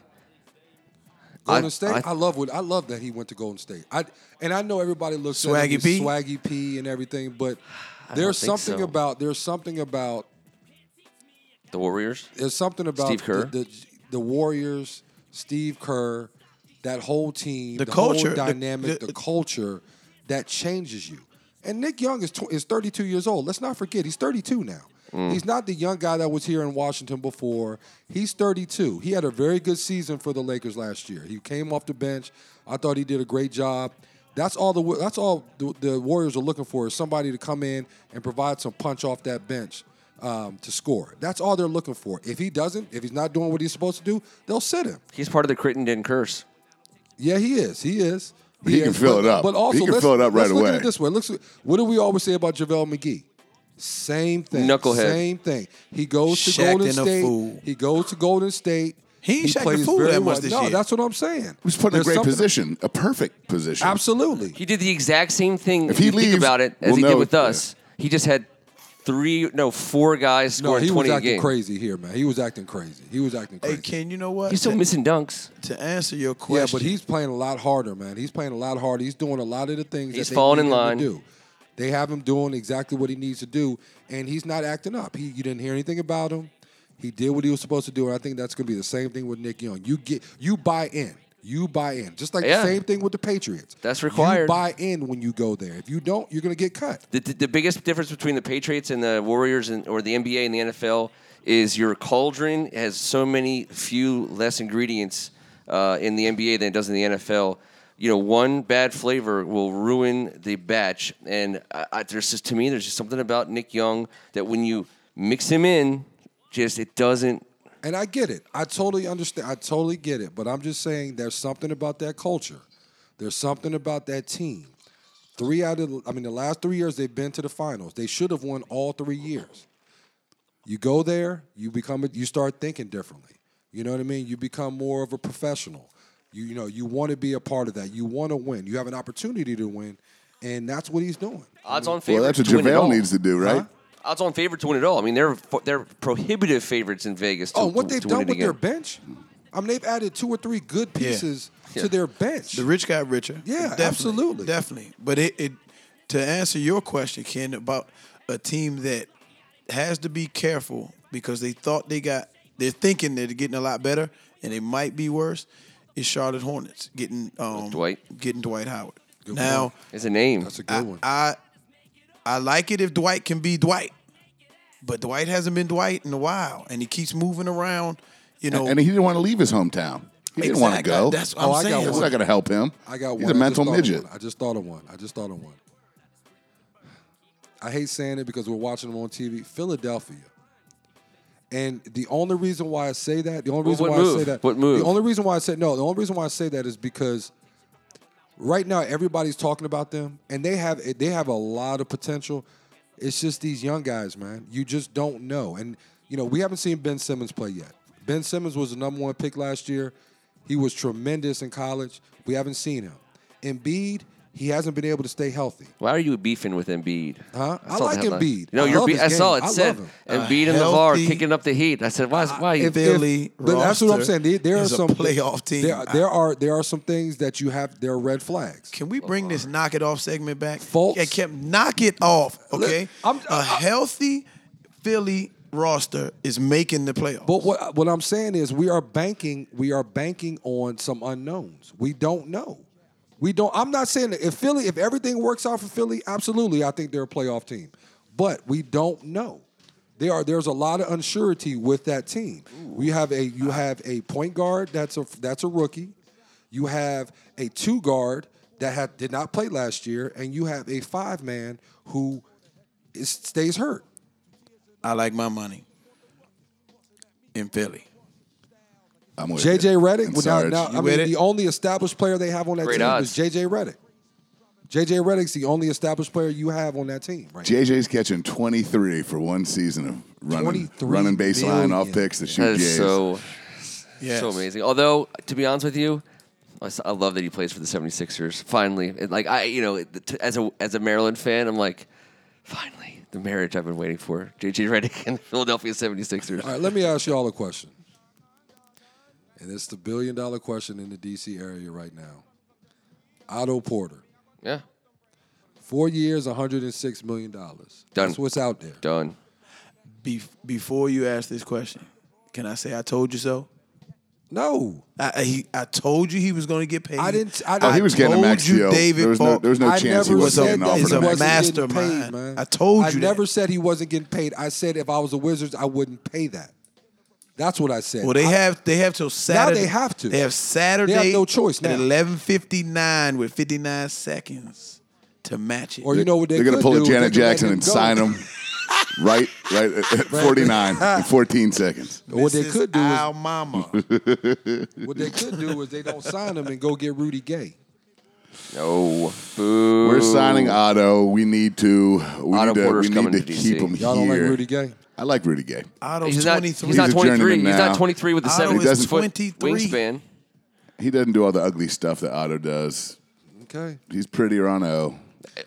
Speaker 2: Golden
Speaker 3: I-
Speaker 2: State. I,
Speaker 3: I-
Speaker 2: love what I love that he went to Golden State. I and I know everybody looks at
Speaker 5: Swaggy
Speaker 2: him as
Speaker 5: P?
Speaker 2: Swaggy P, and everything, but
Speaker 3: don't
Speaker 2: there's
Speaker 3: think
Speaker 2: something
Speaker 3: so.
Speaker 2: about there's something about
Speaker 3: The Warriors.
Speaker 2: there's something about
Speaker 3: Steve Kerr?
Speaker 2: The, the the Warriors, Steve Kerr, that whole team,
Speaker 5: The
Speaker 2: whole
Speaker 5: culture, the-
Speaker 2: dynamic, the,
Speaker 5: the-
Speaker 2: culture that changes you. And Nick Young is tw- is 32 years old. Let's not forget he's 32 now.
Speaker 5: Mm.
Speaker 2: He's not the young guy that was here in Washington before. He's 32. He had a very good season for the Lakers last year. He came off the bench. I thought he did a great job. That's all the that's all the, the Warriors are looking for is somebody to come in and provide some punch off that bench um, to score. That's all they're looking for. If he doesn't, if he's not doing what he's supposed to do, they'll sit him.
Speaker 3: He's part of the Crittenden curse.
Speaker 2: Yeah, he is. He is.
Speaker 4: He can
Speaker 2: is.
Speaker 4: fill
Speaker 2: But-
Speaker 4: it up.
Speaker 2: But also,
Speaker 4: He can
Speaker 2: let's-
Speaker 4: fill it up
Speaker 2: let's
Speaker 4: right
Speaker 2: look
Speaker 4: away.
Speaker 2: At it this way, Let's- what do we always say about JaVale McGee? Same thing.
Speaker 3: Knucklehead.
Speaker 2: Same thing. He goes to
Speaker 5: Shaq'd
Speaker 2: Golden
Speaker 5: and a
Speaker 2: State.
Speaker 5: fool.
Speaker 2: He goes to Golden State.
Speaker 5: He ain't Shaq the
Speaker 2: plays
Speaker 5: fool
Speaker 2: very
Speaker 5: that much
Speaker 2: well.
Speaker 5: this
Speaker 2: no,
Speaker 5: year.
Speaker 2: that's what I'm saying.
Speaker 4: He's put in a
Speaker 2: There's
Speaker 4: great
Speaker 2: something-
Speaker 4: position, a perfect position.
Speaker 2: Absolutely.
Speaker 3: He did the exact same thing.
Speaker 4: If he
Speaker 3: you think
Speaker 4: leaves,
Speaker 3: about it, as
Speaker 4: we'll
Speaker 3: he
Speaker 4: know.
Speaker 3: did with us, he just had three, no, four guys
Speaker 2: no,
Speaker 3: scoring
Speaker 2: he was
Speaker 3: twenty a
Speaker 2: acting
Speaker 3: game.
Speaker 2: crazy here, man. He was acting crazy. He was acting crazy.
Speaker 5: Hey, Ken, you know what?
Speaker 3: He's still
Speaker 5: to,
Speaker 3: missing dunks.
Speaker 5: to answer your
Speaker 2: yeah,
Speaker 5: question,
Speaker 2: but he's playing a lot harder, man. He's playing a lot harder. He's doing a lot of the things
Speaker 3: He's
Speaker 2: that they
Speaker 3: falling
Speaker 2: need
Speaker 3: in
Speaker 2: him to
Speaker 3: line.
Speaker 2: do. They have him doing exactly what he needs to do, and he's not acting up. He, you didn't hear anything about him. He did what he was supposed to do, and I think that's going to be the same thing with Nick Young. You get you buy in, you buy in, just like
Speaker 3: Yeah.
Speaker 2: the same thing with the Patriots.
Speaker 3: That's required.
Speaker 2: You buy in when you go there. If you don't, you're going to get cut.
Speaker 3: The, the, the biggest difference between the Patriots and the Warriors and, or the NBA and the NFL is your cauldron has so many few less ingredients uh, in the NBA than it does in the NFL. You know, one bad flavor will ruin the batch. And I, I, there's just, to me, there's just something about Nick Young that when you mix him in, just it doesn't.
Speaker 2: And I get it. I totally understand. I totally get it. But I'm just saying there's something about that culture. There's something about that team. Three out of the, I mean the last 3 years they've been to the finals. They should have won all 3 years. You go there, you become a, you start thinking differently. You know what I mean? You become more of a professional. You you know, you want to be a part of that. You want to win. You have an opportunity to win, and that's what he's doing.
Speaker 3: Odds on favorite.
Speaker 4: well, that's what
Speaker 3: to win it all.
Speaker 4: JaVale needs to do, right?
Speaker 3: Odds on favorite to win it all. I mean, they're they're prohibitive favorites in Vegas. To,
Speaker 2: Oh, what
Speaker 3: to-
Speaker 2: they've
Speaker 3: to
Speaker 2: done
Speaker 3: win it
Speaker 2: with their
Speaker 3: again.
Speaker 2: bench? I mean, they've added two or three good pieces
Speaker 3: Yeah.
Speaker 2: to their bench.
Speaker 5: the rich got richer.
Speaker 2: Yeah,
Speaker 5: Definitely,
Speaker 2: absolutely.
Speaker 5: definitely. But it, it to answer your question, Ken, about a team that has to be careful because they thought they got, they're thinking they're getting a lot better and they might be worse. Is Charlotte Hornets getting um,
Speaker 3: Dwight.
Speaker 5: getting Dwight Howard?
Speaker 2: Good
Speaker 5: now.
Speaker 2: point.
Speaker 3: It's a name.
Speaker 2: That's a good
Speaker 5: I,
Speaker 2: one.
Speaker 5: I I like it if Dwight can be Dwight, but Dwight hasn't been Dwight in a while, and he keeps moving around. You know,
Speaker 4: And he didn't want to leave his hometown. He didn't want to
Speaker 5: Exactly.
Speaker 4: go.
Speaker 5: That's what
Speaker 2: Oh,
Speaker 5: I'm
Speaker 2: I got
Speaker 5: saying.
Speaker 4: That's not going to help him.
Speaker 2: I got one.
Speaker 4: He's
Speaker 2: I
Speaker 4: a
Speaker 2: just
Speaker 4: mental
Speaker 2: thought of
Speaker 4: midget.
Speaker 2: one. I just thought of one. I just thought of one. I hate saying it because we're watching them on TV. Philadelphia. And the only reason why I say that, the only
Speaker 3: Well,
Speaker 2: reason
Speaker 3: what
Speaker 2: why
Speaker 3: move?
Speaker 2: I say that,
Speaker 3: What move?
Speaker 2: the only reason why I say no, the only reason why I say that is because right now everybody's talking about them, and they have they have a lot of potential. It's just these young guys, man. You just don't know, and you know we haven't seen Ben Simmons play yet. Ben Simmons was the number one pick last year. He was tremendous in college. We haven't seen him. Embiid, he hasn't been able to stay healthy.
Speaker 3: Why are you beefing with Embiid?
Speaker 2: Huh? I
Speaker 3: saw the
Speaker 2: like
Speaker 3: headline.
Speaker 2: Embiid.
Speaker 3: No,
Speaker 2: I
Speaker 3: you're
Speaker 2: love
Speaker 3: be-
Speaker 2: his
Speaker 3: I saw it
Speaker 2: game. I
Speaker 3: said
Speaker 2: love him. Uh,
Speaker 3: Embiid and
Speaker 5: A
Speaker 3: LeVar
Speaker 5: healthy-
Speaker 3: kicking up the heat. I said, why? Is, why? you-
Speaker 5: if- Philly
Speaker 2: but that's what I'm
Speaker 5: roster
Speaker 2: saying. There, there are
Speaker 5: is a
Speaker 2: some
Speaker 5: playoff team.
Speaker 2: There, there are there are some things that you have. There are red flags.
Speaker 5: can we bring this knock it off segment back?
Speaker 2: Folks.
Speaker 5: yeah, Kim, knock it off. Okay,
Speaker 2: I'm-
Speaker 5: a healthy Philly roster is making the playoffs.
Speaker 2: But what what I'm saying is we are banking we are banking on some unknowns. We don't know. We don't. I'm not saying that if Philly if everything works out for Philly, absolutely, I think they're a playoff team. But we don't know. They are there's a lot of unsurety with that team. We have a you have a point guard that's a that's a rookie. You have a two guard that had did not play last year, and you have a five man who is, stays hurt.
Speaker 5: I like my money in Philly.
Speaker 4: I'm with you.
Speaker 2: JJ Redick. well,
Speaker 4: And
Speaker 2: now-
Speaker 4: Sarge.
Speaker 2: now,
Speaker 5: You
Speaker 2: I
Speaker 5: with
Speaker 2: mean,
Speaker 5: it?
Speaker 2: the only established player they have on that
Speaker 3: Great
Speaker 2: team
Speaker 3: odds.
Speaker 2: is JJ Redick. JJ Redick's the only established player you have on that team right
Speaker 4: JJ's catching 23 for one season of running,
Speaker 2: 23
Speaker 4: running baseline off
Speaker 2: billion.
Speaker 4: picks to
Speaker 3: That
Speaker 4: shoot
Speaker 3: is
Speaker 4: J's.
Speaker 3: so
Speaker 5: Yes.
Speaker 3: so amazing. Although, to be honest with you, I s- I love that he plays for the 76ers. Finally, And, like I, you know, it- t- as a as a Maryland fan, I'm like, finally, the marriage I've been waiting for. JJ Redick and the Philadelphia 76ers.
Speaker 2: All right, let me ask y'all a question. And it's the billion dollar question in the DC area right now. Otto Porter,
Speaker 3: Yeah,
Speaker 2: four years, $106 million. That's what's out there.
Speaker 3: done.
Speaker 5: Be- before you ask this question, can I say I told you so?
Speaker 2: No.
Speaker 5: I, I, he, I told you he was going to get paid.
Speaker 2: I didn't. I,
Speaker 4: Oh, he was getting a
Speaker 5: told
Speaker 4: max
Speaker 5: you
Speaker 4: deal.
Speaker 5: David
Speaker 4: there was no,
Speaker 5: Falk-
Speaker 4: there was no
Speaker 2: I
Speaker 4: chance he
Speaker 2: never
Speaker 4: wasn't
Speaker 2: said
Speaker 4: getting
Speaker 2: that
Speaker 4: offered
Speaker 5: he's
Speaker 4: a
Speaker 5: a
Speaker 4: max.
Speaker 5: max-
Speaker 2: wasn't getting
Speaker 5: mastermind.
Speaker 2: paid, man.
Speaker 5: I told
Speaker 2: I
Speaker 5: you
Speaker 2: never
Speaker 5: that.
Speaker 2: said he wasn't getting paid. I said if I was the Wizards, I wouldn't pay that. That's what I said.
Speaker 5: Well, they
Speaker 2: I-
Speaker 5: have they have till Saturday.
Speaker 2: they have to.
Speaker 5: They have Saturday.
Speaker 2: no choice now.
Speaker 5: At eleven fifty nine with fifty nine seconds to match it.
Speaker 2: Or you know what they
Speaker 4: They're going
Speaker 2: could
Speaker 4: to pull
Speaker 2: do
Speaker 4: a
Speaker 2: is
Speaker 4: Janet
Speaker 2: they could let
Speaker 4: Jackson and
Speaker 2: go.
Speaker 4: sign him right, right at 49 in 14 seconds.
Speaker 2: Or What
Speaker 5: This
Speaker 2: they
Speaker 5: is
Speaker 2: could do is
Speaker 5: our mama.
Speaker 2: what they could do is they don't sign him and go get Rudy Gay.
Speaker 3: No, boo.
Speaker 4: We're signing Otto. We need to. We
Speaker 3: Otto
Speaker 4: need to,
Speaker 3: Porter's
Speaker 4: we need
Speaker 3: coming
Speaker 4: to
Speaker 3: to DC.
Speaker 4: keep him
Speaker 2: Y'all don't
Speaker 4: here.
Speaker 2: like Rudy Gay?
Speaker 4: I like Rudy Gay.
Speaker 5: Otto's
Speaker 3: He's not.
Speaker 5: twenty three.
Speaker 3: He's not
Speaker 4: He's a
Speaker 3: 23. He's
Speaker 4: journeyman now.
Speaker 3: not 23 with the
Speaker 5: Otto is
Speaker 3: 76 foot
Speaker 5: 23.
Speaker 3: wingspan.
Speaker 4: He doesn't do all the ugly stuff that Otto does.
Speaker 2: Okay.
Speaker 4: He's prettier on O.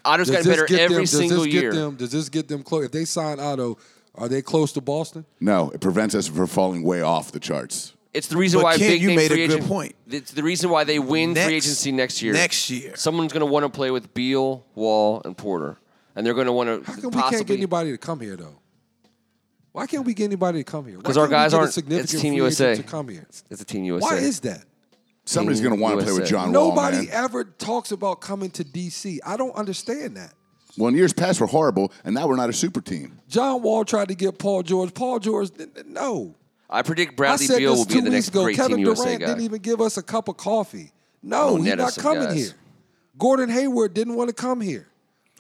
Speaker 3: Otto's
Speaker 2: Does
Speaker 3: gotten
Speaker 2: this
Speaker 3: better
Speaker 2: get
Speaker 3: every
Speaker 2: them- does this
Speaker 3: single
Speaker 2: get
Speaker 3: year.
Speaker 2: them- does this get them close? If they sign Otto, are they close to Boston?
Speaker 4: No, it prevents us from falling way off the charts.
Speaker 3: It's the reason
Speaker 5: But
Speaker 3: why
Speaker 5: Ken,
Speaker 3: big
Speaker 5: you
Speaker 3: name
Speaker 5: made a
Speaker 3: free
Speaker 5: good
Speaker 3: agent.
Speaker 5: point.
Speaker 3: It's the reason why they win
Speaker 5: Next-
Speaker 3: free agency next year.
Speaker 5: next year.
Speaker 3: someone's going to want to play with Beal, Wall, and Porter, and they're going to want to
Speaker 2: How come we can't get
Speaker 3: possibly
Speaker 2: anybody to come here though? Why can't we get anybody to come here? Why
Speaker 3: 'Cause our
Speaker 2: can't we
Speaker 3: guys
Speaker 2: get a
Speaker 3: aren't- it's
Speaker 2: significant
Speaker 3: Team
Speaker 2: free
Speaker 3: USA.
Speaker 2: agent to come here.
Speaker 3: It's a team USA.
Speaker 2: Why is that?
Speaker 4: Somebody's going to want to play with
Speaker 3: USA.
Speaker 4: John Wall.
Speaker 2: Nobody
Speaker 4: man.
Speaker 2: ever talks about coming to DC. I don't understand that.
Speaker 4: Well, in years past, we're horrible, and now we're not a super team.
Speaker 2: John Wall tried to get Paul George. Paul George, n- n- no.
Speaker 3: I predict
Speaker 2: I
Speaker 3: Bradley
Speaker 2: said
Speaker 3: Beal
Speaker 2: this
Speaker 3: will be
Speaker 2: two
Speaker 3: the
Speaker 2: weeks
Speaker 3: next
Speaker 2: ago.
Speaker 3: great
Speaker 2: Kevin
Speaker 3: team
Speaker 2: Durant
Speaker 3: USA guy.
Speaker 2: didn't even give us a cup of coffee. No,
Speaker 3: Oh,
Speaker 2: he's
Speaker 3: net us
Speaker 2: not
Speaker 3: some
Speaker 2: coming
Speaker 3: guys.
Speaker 2: here. Gordon Hayward didn't want to come here.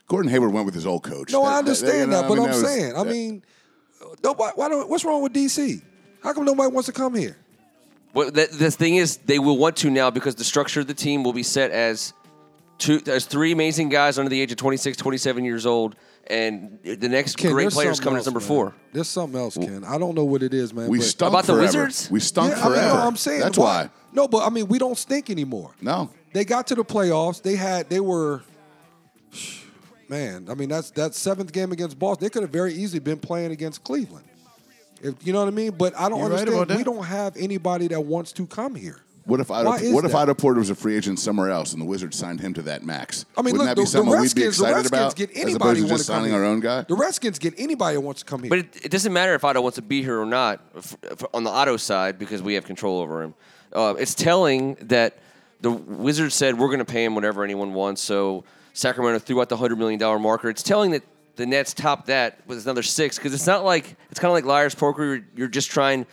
Speaker 4: Gordon Hayward went with his old coach.
Speaker 2: No,
Speaker 4: That-
Speaker 2: I understand
Speaker 4: you know,
Speaker 2: that, but
Speaker 4: I mean,
Speaker 2: I'm
Speaker 4: was-
Speaker 2: saying, I mean, nobody. Why don't? What's wrong with DC? How come nobody wants to come here?
Speaker 3: Well, the, the thing is, they will want to now because the structure of the team will be set as two, as three amazing guys under the age of 26, 27 years old, and the next
Speaker 2: Ken,
Speaker 3: great
Speaker 2: there's
Speaker 3: players
Speaker 2: something
Speaker 3: coming
Speaker 2: else,
Speaker 3: as number
Speaker 2: man.
Speaker 3: four.
Speaker 2: There's something else, Ken. I don't know what it is, man.
Speaker 4: we
Speaker 2: but-
Speaker 4: stunk
Speaker 3: About the
Speaker 4: forever.
Speaker 3: Wizards?
Speaker 4: We stunk
Speaker 2: Yeah, I mean,
Speaker 4: forever.
Speaker 2: no, I'm saying
Speaker 4: that's
Speaker 2: why-
Speaker 4: why.
Speaker 2: No, but I mean, we don't stink anymore.
Speaker 4: No,
Speaker 2: They got to the playoffs. They had. They were. Man, I mean, that's that seventh game against Boston. They could have very easily been playing against Cleveland. If you know what I mean. But I don't
Speaker 5: You're right
Speaker 2: understand.
Speaker 5: about that.
Speaker 2: we don't have anybody that wants to come here.
Speaker 4: What if Otto,
Speaker 2: Why is
Speaker 4: what if
Speaker 2: that?
Speaker 4: Otto Porter was a free agent somewhere else and the Wizards signed him to that max?
Speaker 2: I mean, look,
Speaker 4: Wouldn't that be
Speaker 2: the, the
Speaker 4: something
Speaker 2: Redskins,
Speaker 4: we'd be excited
Speaker 2: the Redskins
Speaker 4: about?
Speaker 2: get
Speaker 4: as
Speaker 2: anybody
Speaker 4: opposed
Speaker 2: who
Speaker 4: to
Speaker 2: wants
Speaker 4: just
Speaker 2: to come
Speaker 4: signing
Speaker 2: here.
Speaker 4: our own guy?
Speaker 2: The Redskins get anybody who wants to come here.
Speaker 3: But it, it doesn't matter if Otto wants to be here or not f f on the Otto side because we have control over him. Uh, it's telling that the Wizards said we're going to pay him whatever anyone wants. So Sacramento threw out the hundred million dollar marker. It's telling that the Nets topped that with another six because it's not like it's kind of like liars poker. You're, you're just trying.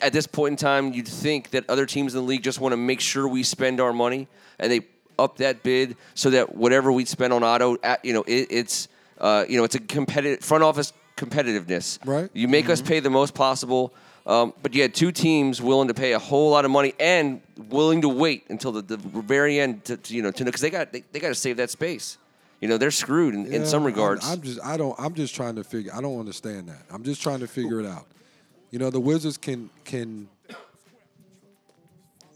Speaker 3: At this point in time, you'd think that other teams in the league just want to make sure we spend our money, and they up that bid so that whatever we spend on Otto, at, you know, it, it's uh, you know, it's a competitive front office competitiveness.
Speaker 2: Right. Mm-hmm.
Speaker 3: You make us pay the most possible. Um, but you had two teams willing to pay a whole lot of money and willing to wait until the, the very end to, to, you know to know because they got they, they got to save that space. You know they're screwed in, in
Speaker 2: Yeah,
Speaker 3: some
Speaker 2: I'm-
Speaker 3: regards.
Speaker 2: I'm, just I don't I'm just trying to figure I don't understand that. I'm just trying to figure it out. You know, the Wizards can can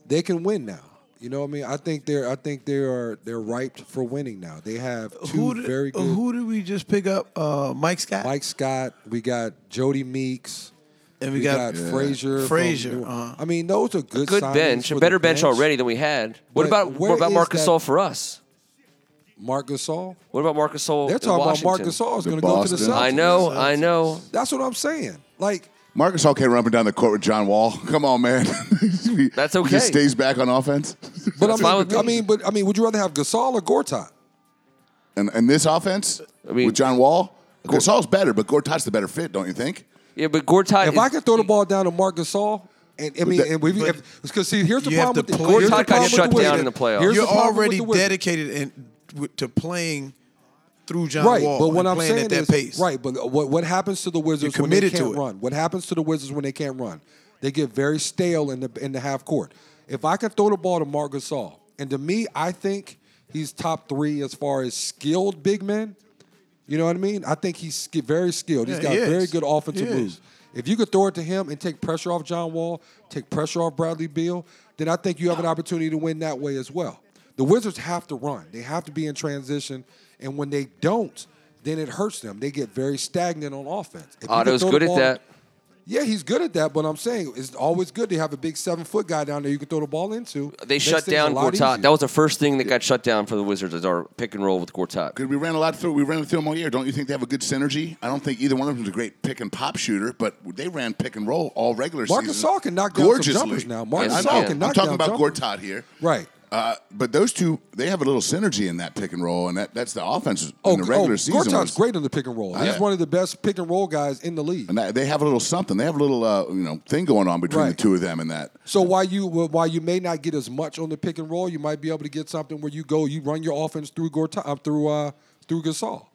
Speaker 2: they can win now. You know what I mean? I think they're I think they are they're ripe for winning now. They have two
Speaker 5: who did,
Speaker 2: very good
Speaker 5: who did we just pick up? Uh, Mike Scott.
Speaker 2: Mike Scott, we got Jody Meeks,
Speaker 5: and
Speaker 2: we,
Speaker 5: we,
Speaker 2: got, Frazier. from
Speaker 5: Frazier,
Speaker 2: New-
Speaker 5: uh-huh.
Speaker 2: I mean, those are good
Speaker 3: Good
Speaker 2: signings
Speaker 3: bench,
Speaker 2: for
Speaker 3: a
Speaker 2: the
Speaker 3: better bench, already than we had. What
Speaker 2: But
Speaker 3: about
Speaker 2: where
Speaker 3: what about
Speaker 2: is
Speaker 3: Marcus
Speaker 2: that-
Speaker 3: All for us?
Speaker 2: Marc Gasol.
Speaker 3: What about Marcus All?
Speaker 2: They're talking about Marc
Speaker 3: Marcus
Speaker 2: Gasol is
Speaker 4: The
Speaker 2: going to go to the
Speaker 4: Boston.
Speaker 2: Celtics.
Speaker 3: I know, I know.
Speaker 2: That's what I'm saying. Like
Speaker 4: Marcus Hall can't run up and down the court with John Wall. Come on, man.
Speaker 3: That's
Speaker 4: He
Speaker 3: okay.
Speaker 4: just stays back on offense.
Speaker 2: But I
Speaker 3: That's
Speaker 2: mean,
Speaker 3: fine with
Speaker 2: I
Speaker 3: me.
Speaker 2: mean, but I mean, would you rather have Gasol or Gortat?
Speaker 4: And, and this offense
Speaker 3: I mean-
Speaker 4: with John Wall, Gasol's better, but Gortat's the better fit, don't you think?
Speaker 3: Yeah, but Gortat.
Speaker 2: If
Speaker 3: is-
Speaker 2: I could throw the ball down to Marc Gasol, and I mean,
Speaker 4: that-
Speaker 2: and we, if, because see, here's the
Speaker 5: you have
Speaker 2: problem with the,
Speaker 5: to play-
Speaker 2: here's the
Speaker 5: Gortat got
Speaker 2: problem with
Speaker 3: shut
Speaker 2: Wizards.
Speaker 3: down in the playoffs.
Speaker 2: Here's
Speaker 5: You're
Speaker 2: the problem with
Speaker 5: already
Speaker 2: the Wizards.
Speaker 5: dedicated in, w- to playing through John
Speaker 2: Right,
Speaker 5: Wall.
Speaker 2: but what
Speaker 5: and
Speaker 2: I'm
Speaker 5: playing
Speaker 2: saying
Speaker 5: at that
Speaker 2: is,
Speaker 5: pace.
Speaker 2: right, but what what happens to the Wizards
Speaker 5: You're
Speaker 2: when they
Speaker 5: committed to
Speaker 2: can't
Speaker 5: it.
Speaker 2: run? What happens to the Wizards when they can't run? They get very stale in the in the half court. If I could throw the ball to Marc Gasol, and to me, I think he's top three as far as skilled big men. You know what I mean? I think he's sk- very skilled. he's
Speaker 5: Yeah,
Speaker 2: got
Speaker 5: he
Speaker 2: very
Speaker 5: is.
Speaker 2: good offensive
Speaker 5: He is.
Speaker 2: moves. If you could throw it to him and take pressure off John Wall, take pressure off Bradley Beal, then I think you have an opportunity to win that way as well. The Wizards have to run. They have to be in transition, and when they don't, then it hurts them. They get very stagnant on offense. If you could
Speaker 3: Otto's
Speaker 2: throw the
Speaker 3: good at
Speaker 2: ball-
Speaker 3: that.
Speaker 2: Yeah, he's good at that. But I'm saying it's always good to have a big seven foot guy down there you can throw the ball into.
Speaker 3: They
Speaker 2: Makes
Speaker 3: shut
Speaker 2: things a
Speaker 3: down
Speaker 2: lot
Speaker 3: Gortat.
Speaker 2: easier.
Speaker 3: That was the first thing that got shut down for the Wizards is our pick and roll with Gortat.
Speaker 4: Because we ran a lot through. We ran through them all year. Don't you think they have a good synergy? I don't think either one of them's a great pick and pop shooter, but they ran pick and roll all regular
Speaker 2: Marc
Speaker 4: season.
Speaker 2: Gasol can knock down some
Speaker 4: Gorgeously.
Speaker 2: jumpers now. Marc
Speaker 4: I
Speaker 3: Gasol
Speaker 4: know.
Speaker 3: can
Speaker 2: knock
Speaker 4: I'm talking
Speaker 2: down
Speaker 4: about
Speaker 2: jumpers.
Speaker 4: Gortat here,
Speaker 2: Right.
Speaker 4: Uh, but those two, they have a little synergy in that pick and roll, and that, that's the offense
Speaker 2: Oh,
Speaker 4: in the regular season.
Speaker 2: Gortat's
Speaker 4: was-
Speaker 2: great on the pick and roll. He's
Speaker 4: Yeah.
Speaker 2: one of the best pick and roll guys in the league.
Speaker 4: And that, they have a little something. They have a little uh, you know thing going on between
Speaker 2: Right.
Speaker 4: the two of them in that.
Speaker 2: So while you while you may not get as much on the pick and roll, you might be able to get something where you go, you run your offense through Gortat uh, through uh, through Gasol.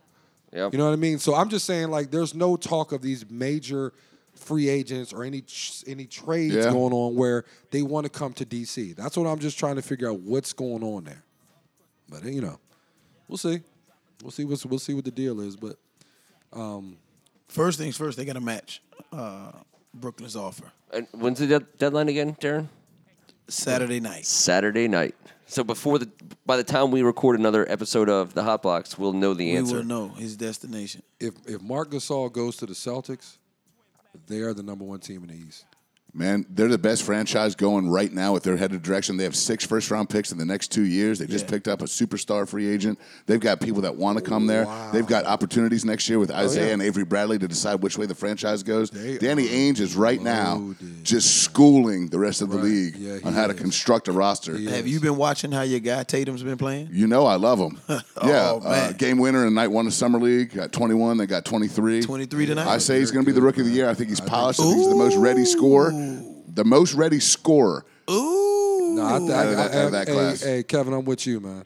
Speaker 3: Yep.
Speaker 2: You know what I mean? So I'm just saying, like, there's no talk of these major free agents or any tr- any trades
Speaker 4: Yeah.
Speaker 2: going on where they want to come to DC. That's what I'm just trying to figure out what's going on there. But you know, we'll see. We'll see what's we'll see what the deal is. But
Speaker 5: First things first, they got to match uh, Brooklyn's offer
Speaker 3: And when's the de- deadline again, Darren?
Speaker 5: Saturday night.
Speaker 3: Saturday night. So before the by the time we record another episode of the Hot Box, we'll know the
Speaker 5: We
Speaker 3: answer.
Speaker 5: will know his destination.
Speaker 2: if if Mark Gasol goes to the Celtics, they are the number one team in the East.
Speaker 4: Man, they're the best franchise going right now with their headed direction. They have six first round picks in the next two years. They just
Speaker 5: Yeah.
Speaker 4: picked up a superstar free agent. They've got people that want to come there. They've got opportunities next year with Isaiah and Avery Bradley to decide which way the franchise goes.
Speaker 2: Oh, They
Speaker 4: Danny
Speaker 2: are
Speaker 4: Ainge is right now
Speaker 2: loaded.
Speaker 4: just schooling the rest of the
Speaker 2: Right.
Speaker 4: league
Speaker 2: Yeah, he
Speaker 4: on how to
Speaker 2: is.
Speaker 4: construct a roster.
Speaker 2: He is.
Speaker 5: Have you been watching how your guy Tatum's been playing?
Speaker 4: You know I love them. yeah,
Speaker 5: Oh,
Speaker 4: uh,
Speaker 5: man.
Speaker 4: game winner in night one of summer league. Got twenty one. They got twenty three.
Speaker 5: 23 tonight?
Speaker 4: I say he's
Speaker 2: They're
Speaker 4: going to be the
Speaker 2: good,
Speaker 4: rookie of the year. I think he's polished. I think he's the most ready scorer. The most ready scorer.
Speaker 5: Ooh.
Speaker 2: No, I, th-
Speaker 4: Out of
Speaker 2: I,
Speaker 4: that- out
Speaker 2: I,
Speaker 4: of that
Speaker 2: hey,
Speaker 4: class.
Speaker 2: hey, Kevin, I'm with you, man.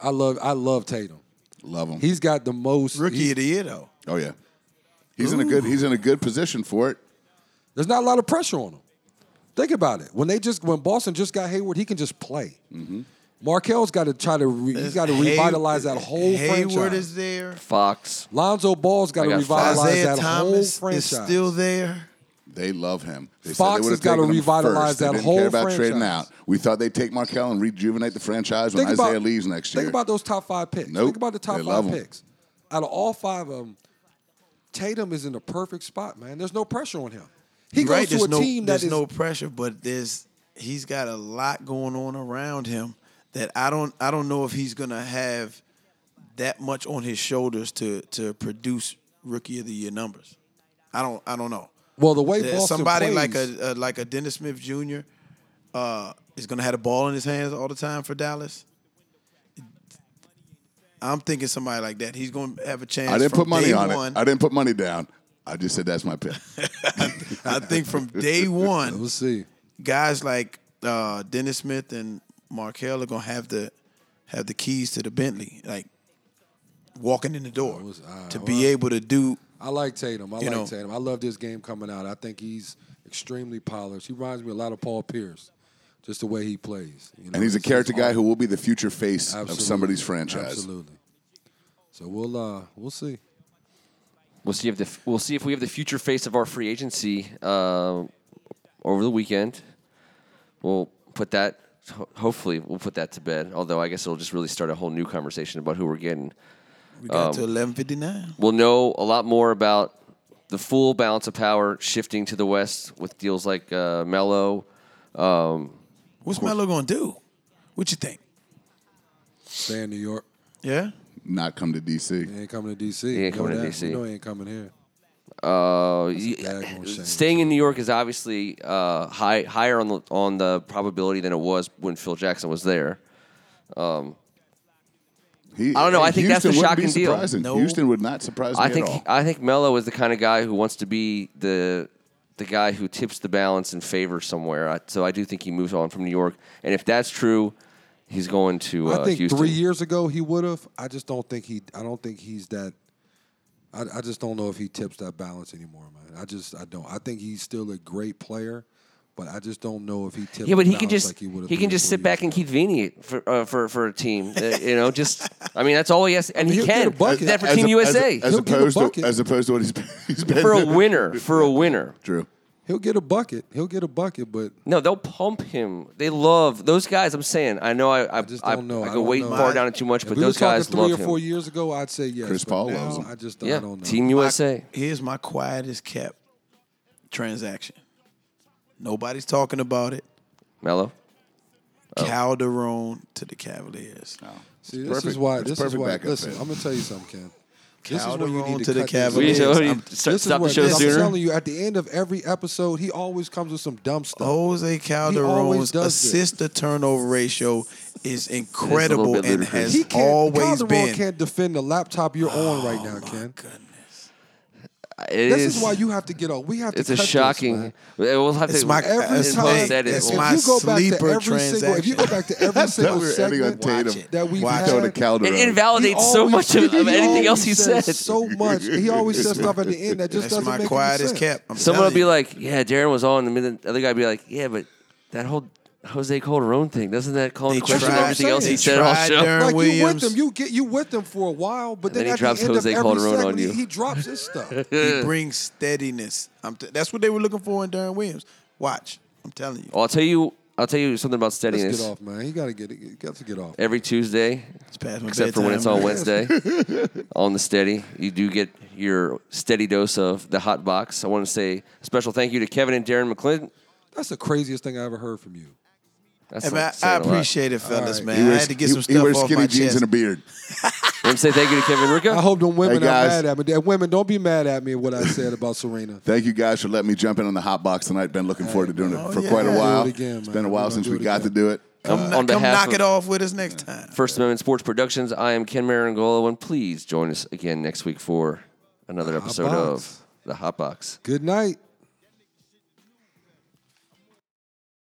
Speaker 2: I love I love Tatum.
Speaker 4: Love him.
Speaker 2: He's got the most.
Speaker 5: Rookie
Speaker 2: he-
Speaker 5: of the year, though.
Speaker 4: Oh yeah, he's in a good he's in a good position for it.
Speaker 2: there's not a lot of pressure on him. Think about it. When they just when Boston just got Hayward, he can just play.
Speaker 4: Mm-hmm.
Speaker 2: Markel's got to try to re, he's got to
Speaker 5: Hay-
Speaker 2: revitalize that whole
Speaker 5: Hayward
Speaker 2: franchise.
Speaker 5: is there.
Speaker 3: Fox.
Speaker 2: Lonzo Ball's got
Speaker 3: I
Speaker 2: to
Speaker 3: got Fox.
Speaker 2: revitalize
Speaker 5: Isaiah
Speaker 2: that
Speaker 5: Thomas
Speaker 2: whole
Speaker 5: is
Speaker 2: franchise.
Speaker 5: still there.
Speaker 4: They love him. They said
Speaker 2: Fox
Speaker 4: they would've
Speaker 2: has gotta
Speaker 4: taken him
Speaker 2: revitalize
Speaker 4: first. They
Speaker 2: that
Speaker 4: didn't
Speaker 2: whole
Speaker 4: care about trading out.
Speaker 2: franchise.
Speaker 4: We thought they'd take Markel and rejuvenate the franchise when Isaiah leaves next year.
Speaker 2: Think about those top five picks.
Speaker 4: Nope.
Speaker 2: Think about the top
Speaker 4: They love
Speaker 2: five
Speaker 4: 'em.
Speaker 2: picks. Out of all five of them, Tatum is in the perfect spot, man. There's no pressure on him. He
Speaker 5: You're
Speaker 2: goes
Speaker 5: right,
Speaker 2: to
Speaker 5: there's
Speaker 2: a
Speaker 5: no,
Speaker 2: team that
Speaker 5: there's
Speaker 2: is
Speaker 5: no pressure, but there's he's got a lot going on around him that I don't I don't know if he's gonna have that much on his shoulders to to produce rookie of the year numbers. I don't I don't know.
Speaker 2: well the way
Speaker 5: That
Speaker 2: Boston
Speaker 5: somebody
Speaker 2: plays,
Speaker 5: like a, a like a Dennis Smith Jr. Uh, is gonna have the ball in his hands all the time for Dallas. I'm thinking somebody like that. He's gonna have a chance.
Speaker 4: I didn't
Speaker 5: from
Speaker 4: put money
Speaker 5: day
Speaker 4: on
Speaker 5: one.
Speaker 4: it. I didn't put money down. I just said that's my pick.
Speaker 5: I think from day one,
Speaker 2: Let's see.
Speaker 5: guys like uh, Dennis Smith and Markel are gonna have the have the keys to the Bentley, like walking in the door
Speaker 2: was- ah,
Speaker 5: to
Speaker 2: well,
Speaker 5: be able to do.
Speaker 2: I like Tatum. I
Speaker 5: You
Speaker 2: like
Speaker 5: know.
Speaker 2: Tatum. I love this game coming out. I think he's extremely polished. He reminds me a lot of Paul Pierce, just the way he plays. you know.
Speaker 4: And he's a
Speaker 2: It's-
Speaker 4: character
Speaker 2: it's
Speaker 4: guy
Speaker 2: all-
Speaker 4: who will be the future face of
Speaker 2: Absolutely.
Speaker 4: somebody's franchise.
Speaker 2: Absolutely. So we'll uh we'll see.
Speaker 3: We'll see if the we'll see if we have the future face of our free agency uh, over the weekend. We'll put that. ho- Hopefully, we'll put that to bed. Although I guess it'll just really start a whole new conversation about who we're getting.
Speaker 5: We got to 11:59.
Speaker 3: We'll know a lot more about the full balance of power shifting to the west with deals like uh, Mello.
Speaker 5: What's Melo gonna do? What you think?
Speaker 2: Stay in New York.
Speaker 5: Yeah,
Speaker 4: Not come to DC.
Speaker 2: He ain't coming to DC.
Speaker 3: ain't
Speaker 2: You know
Speaker 3: coming to
Speaker 2: that.
Speaker 3: DC.
Speaker 2: We know he ain't coming here.
Speaker 3: Uh,
Speaker 2: a
Speaker 3: y-
Speaker 2: daggone shame.
Speaker 3: staying in New York is obviously uh, high, higher on the on the probability than it was when Phil Jackson was there.
Speaker 4: He,
Speaker 3: I don't know. I think that's the
Speaker 4: wouldn't be
Speaker 3: shocking deal.
Speaker 4: surprising.
Speaker 5: No.
Speaker 4: Houston would not surprise me
Speaker 3: I think
Speaker 4: at all.
Speaker 3: I think Melo is the kind of guy who wants to be the the guy who tips the balance in favor somewhere. I, so I do think he moves on from New York, and if that's true, he's going to uh,
Speaker 2: I think
Speaker 3: Houston.
Speaker 2: three years ago he would have. I just don't think he. I don't think he's that. I, I just don't know if he tips that balance anymore, man. I just I don't. I think he's still a great player, but I just don't know if he tips.
Speaker 3: Yeah, but
Speaker 2: the
Speaker 3: he can
Speaker 2: balance
Speaker 3: just
Speaker 2: like he,
Speaker 3: he,
Speaker 2: would've three
Speaker 3: can
Speaker 2: or
Speaker 3: just
Speaker 2: four
Speaker 3: sit back
Speaker 2: years
Speaker 3: and keep Vini for uh, for for a team. Uh, you know, just I mean that's all he has, and he
Speaker 2: He'll get a
Speaker 3: can.
Speaker 2: bucket.
Speaker 3: Did that for
Speaker 4: As
Speaker 3: Team
Speaker 4: a- as a-
Speaker 3: USA
Speaker 4: As,
Speaker 2: He'll get a
Speaker 4: opposed
Speaker 2: bucket.
Speaker 4: to as opposed to what he's been, he's been
Speaker 3: for a winner. For a winner.
Speaker 4: True.
Speaker 2: He'll get a bucket. He'll get a bucket, but
Speaker 3: No, they'll pump him. They love those guys. I'm saying. I know. I I,
Speaker 2: just
Speaker 3: I,
Speaker 2: don't know.
Speaker 3: I
Speaker 2: I
Speaker 3: go
Speaker 2: don't
Speaker 3: way
Speaker 2: know.
Speaker 3: far down it too much,
Speaker 2: if
Speaker 3: but
Speaker 2: we were
Speaker 3: those
Speaker 2: talking
Speaker 3: guys
Speaker 2: three
Speaker 3: love
Speaker 2: or
Speaker 3: him.
Speaker 2: four years ago, I'd say yes.
Speaker 4: Chris
Speaker 2: but
Speaker 4: Paul
Speaker 2: now,
Speaker 4: loves him.
Speaker 2: I just I
Speaker 3: yeah,
Speaker 2: don't know.
Speaker 3: Team USA.
Speaker 5: Here's my quietest kept transaction. Nobody's talking about it.
Speaker 3: Mello.
Speaker 5: Calderon to the Cavaliers.
Speaker 2: See, this is
Speaker 4: It's perfect.
Speaker 2: why.
Speaker 4: It's
Speaker 2: This is
Speaker 4: perfect
Speaker 2: why.
Speaker 4: backup
Speaker 2: Listen,
Speaker 4: fit.
Speaker 2: I'm gonna tell you something, Ken. This is when you
Speaker 5: Calderon
Speaker 2: need
Speaker 5: to the
Speaker 2: cut these-
Speaker 5: Cavaliers.
Speaker 3: We
Speaker 5: Please,
Speaker 3: should already
Speaker 5: I'm-
Speaker 3: start,
Speaker 2: This is
Speaker 3: stop the
Speaker 2: where-
Speaker 3: show
Speaker 2: I'm telling
Speaker 3: sooner.
Speaker 2: you, at the end of every episode, he always comes with some dumb stuff.
Speaker 5: Jose
Speaker 2: always
Speaker 5: Calderon's
Speaker 2: does this.
Speaker 5: assist to turnover ratio is incredible
Speaker 3: bit
Speaker 5: and
Speaker 3: ludicrous.
Speaker 5: has
Speaker 2: He can't.
Speaker 5: always
Speaker 2: Calderon
Speaker 5: been.
Speaker 2: can't defend the laptop you're on
Speaker 3: Oh
Speaker 2: right now, Ken.
Speaker 5: Goodness.
Speaker 3: It
Speaker 2: This is, why you have to get up. We have to.
Speaker 3: It's a
Speaker 2: cut this,
Speaker 3: shocking.
Speaker 2: man.
Speaker 3: we'll have
Speaker 5: It's
Speaker 3: to
Speaker 5: my-
Speaker 2: Every
Speaker 5: It's
Speaker 2: time,
Speaker 5: my-
Speaker 3: post edit.
Speaker 5: it's
Speaker 2: if
Speaker 3: We'll-
Speaker 5: my
Speaker 2: you go back to
Speaker 5: sleeper
Speaker 2: every single, if you go back to every single
Speaker 4: we're ending on
Speaker 2: segment,
Speaker 4: Tatum.
Speaker 5: Watch it.
Speaker 2: that we've
Speaker 5: Watch
Speaker 2: had,
Speaker 5: it.
Speaker 4: Throw to Calderon.
Speaker 3: It invalidates so
Speaker 2: always-
Speaker 3: much of, of
Speaker 2: he
Speaker 3: anything else he
Speaker 2: always says
Speaker 3: said.
Speaker 2: So much. He always says stuff at the end that just
Speaker 5: That's
Speaker 2: doesn't
Speaker 5: my
Speaker 2: make any
Speaker 5: quietest
Speaker 2: sense.
Speaker 5: kept. I'm
Speaker 3: Someone will
Speaker 5: telling
Speaker 3: be
Speaker 5: you.
Speaker 3: like, "Yeah, Darren was on," and then the other guy will be like, "Yeah, but that whole Jose Calderon thing doesn't that call
Speaker 5: They
Speaker 3: into question
Speaker 5: tried-
Speaker 3: everything else
Speaker 5: they
Speaker 3: he said all
Speaker 5: tried
Speaker 3: show?"
Speaker 5: Darren-
Speaker 2: Like you with
Speaker 5: Williams.
Speaker 2: them, you get you with them for a while, but
Speaker 3: And then
Speaker 2: then,
Speaker 3: he
Speaker 2: at
Speaker 3: drops
Speaker 2: the end
Speaker 3: Jose
Speaker 2: of every
Speaker 3: Calderon on
Speaker 2: segment,
Speaker 3: you.
Speaker 2: He, he drops his stuff.
Speaker 5: he brings steadiness. I'm t- that's what they were looking for in Darren Williams. Watch. I'm telling you.
Speaker 3: Well, I'll tell you. I'll tell you something about
Speaker 2: Let's get
Speaker 3: steadiness.
Speaker 2: off, man. You gotta get it. You got to get off.
Speaker 3: Every Tuesday,
Speaker 5: It's past my
Speaker 3: except for when it's on
Speaker 5: bedtime.
Speaker 3: Wednesday, on the steady, you do get your steady dose of the hot box. I want to say a special thank you to Kevin and Darren McClinton.
Speaker 2: That's the craziest thing I ever heard from you.
Speaker 3: That's
Speaker 5: Hey,
Speaker 3: like
Speaker 5: man, I
Speaker 3: saying a lot.
Speaker 5: appreciate it, fellas,
Speaker 2: right.
Speaker 5: man.
Speaker 4: He
Speaker 5: I
Speaker 4: wears-
Speaker 5: had to get
Speaker 4: he-
Speaker 5: some
Speaker 4: He
Speaker 5: stuff
Speaker 4: wears
Speaker 5: off
Speaker 4: skinny
Speaker 5: my
Speaker 4: jeans
Speaker 5: chest.
Speaker 4: and a beard.
Speaker 3: Want to say thank you to Kevin Rucka.
Speaker 2: I hope them women
Speaker 4: Hey,
Speaker 2: are
Speaker 4: guys.
Speaker 2: mad at me. That women, don't be mad at me at what I said about Serena.
Speaker 4: Thank you guys for letting me jump in on the hot box tonight. Been looking forward to doing it
Speaker 5: Oh,
Speaker 4: for
Speaker 5: yeah.
Speaker 4: quite a
Speaker 5: We're gonna
Speaker 4: while.
Speaker 2: do it again,
Speaker 4: it's
Speaker 2: man.
Speaker 4: been a
Speaker 2: We're
Speaker 4: while
Speaker 2: gonna
Speaker 4: since
Speaker 2: do
Speaker 4: we
Speaker 2: it
Speaker 4: got
Speaker 2: again.
Speaker 4: to do it.
Speaker 5: Come,
Speaker 3: um,
Speaker 4: Uh,
Speaker 3: on
Speaker 5: come
Speaker 3: behalf
Speaker 5: knock
Speaker 3: of-
Speaker 5: it off with us next time.
Speaker 3: First Amendment Sports Productions. I am Ken Marangolo, and please join us again next week for another episode
Speaker 2: Box.
Speaker 3: of The Hot Box.
Speaker 2: Good night.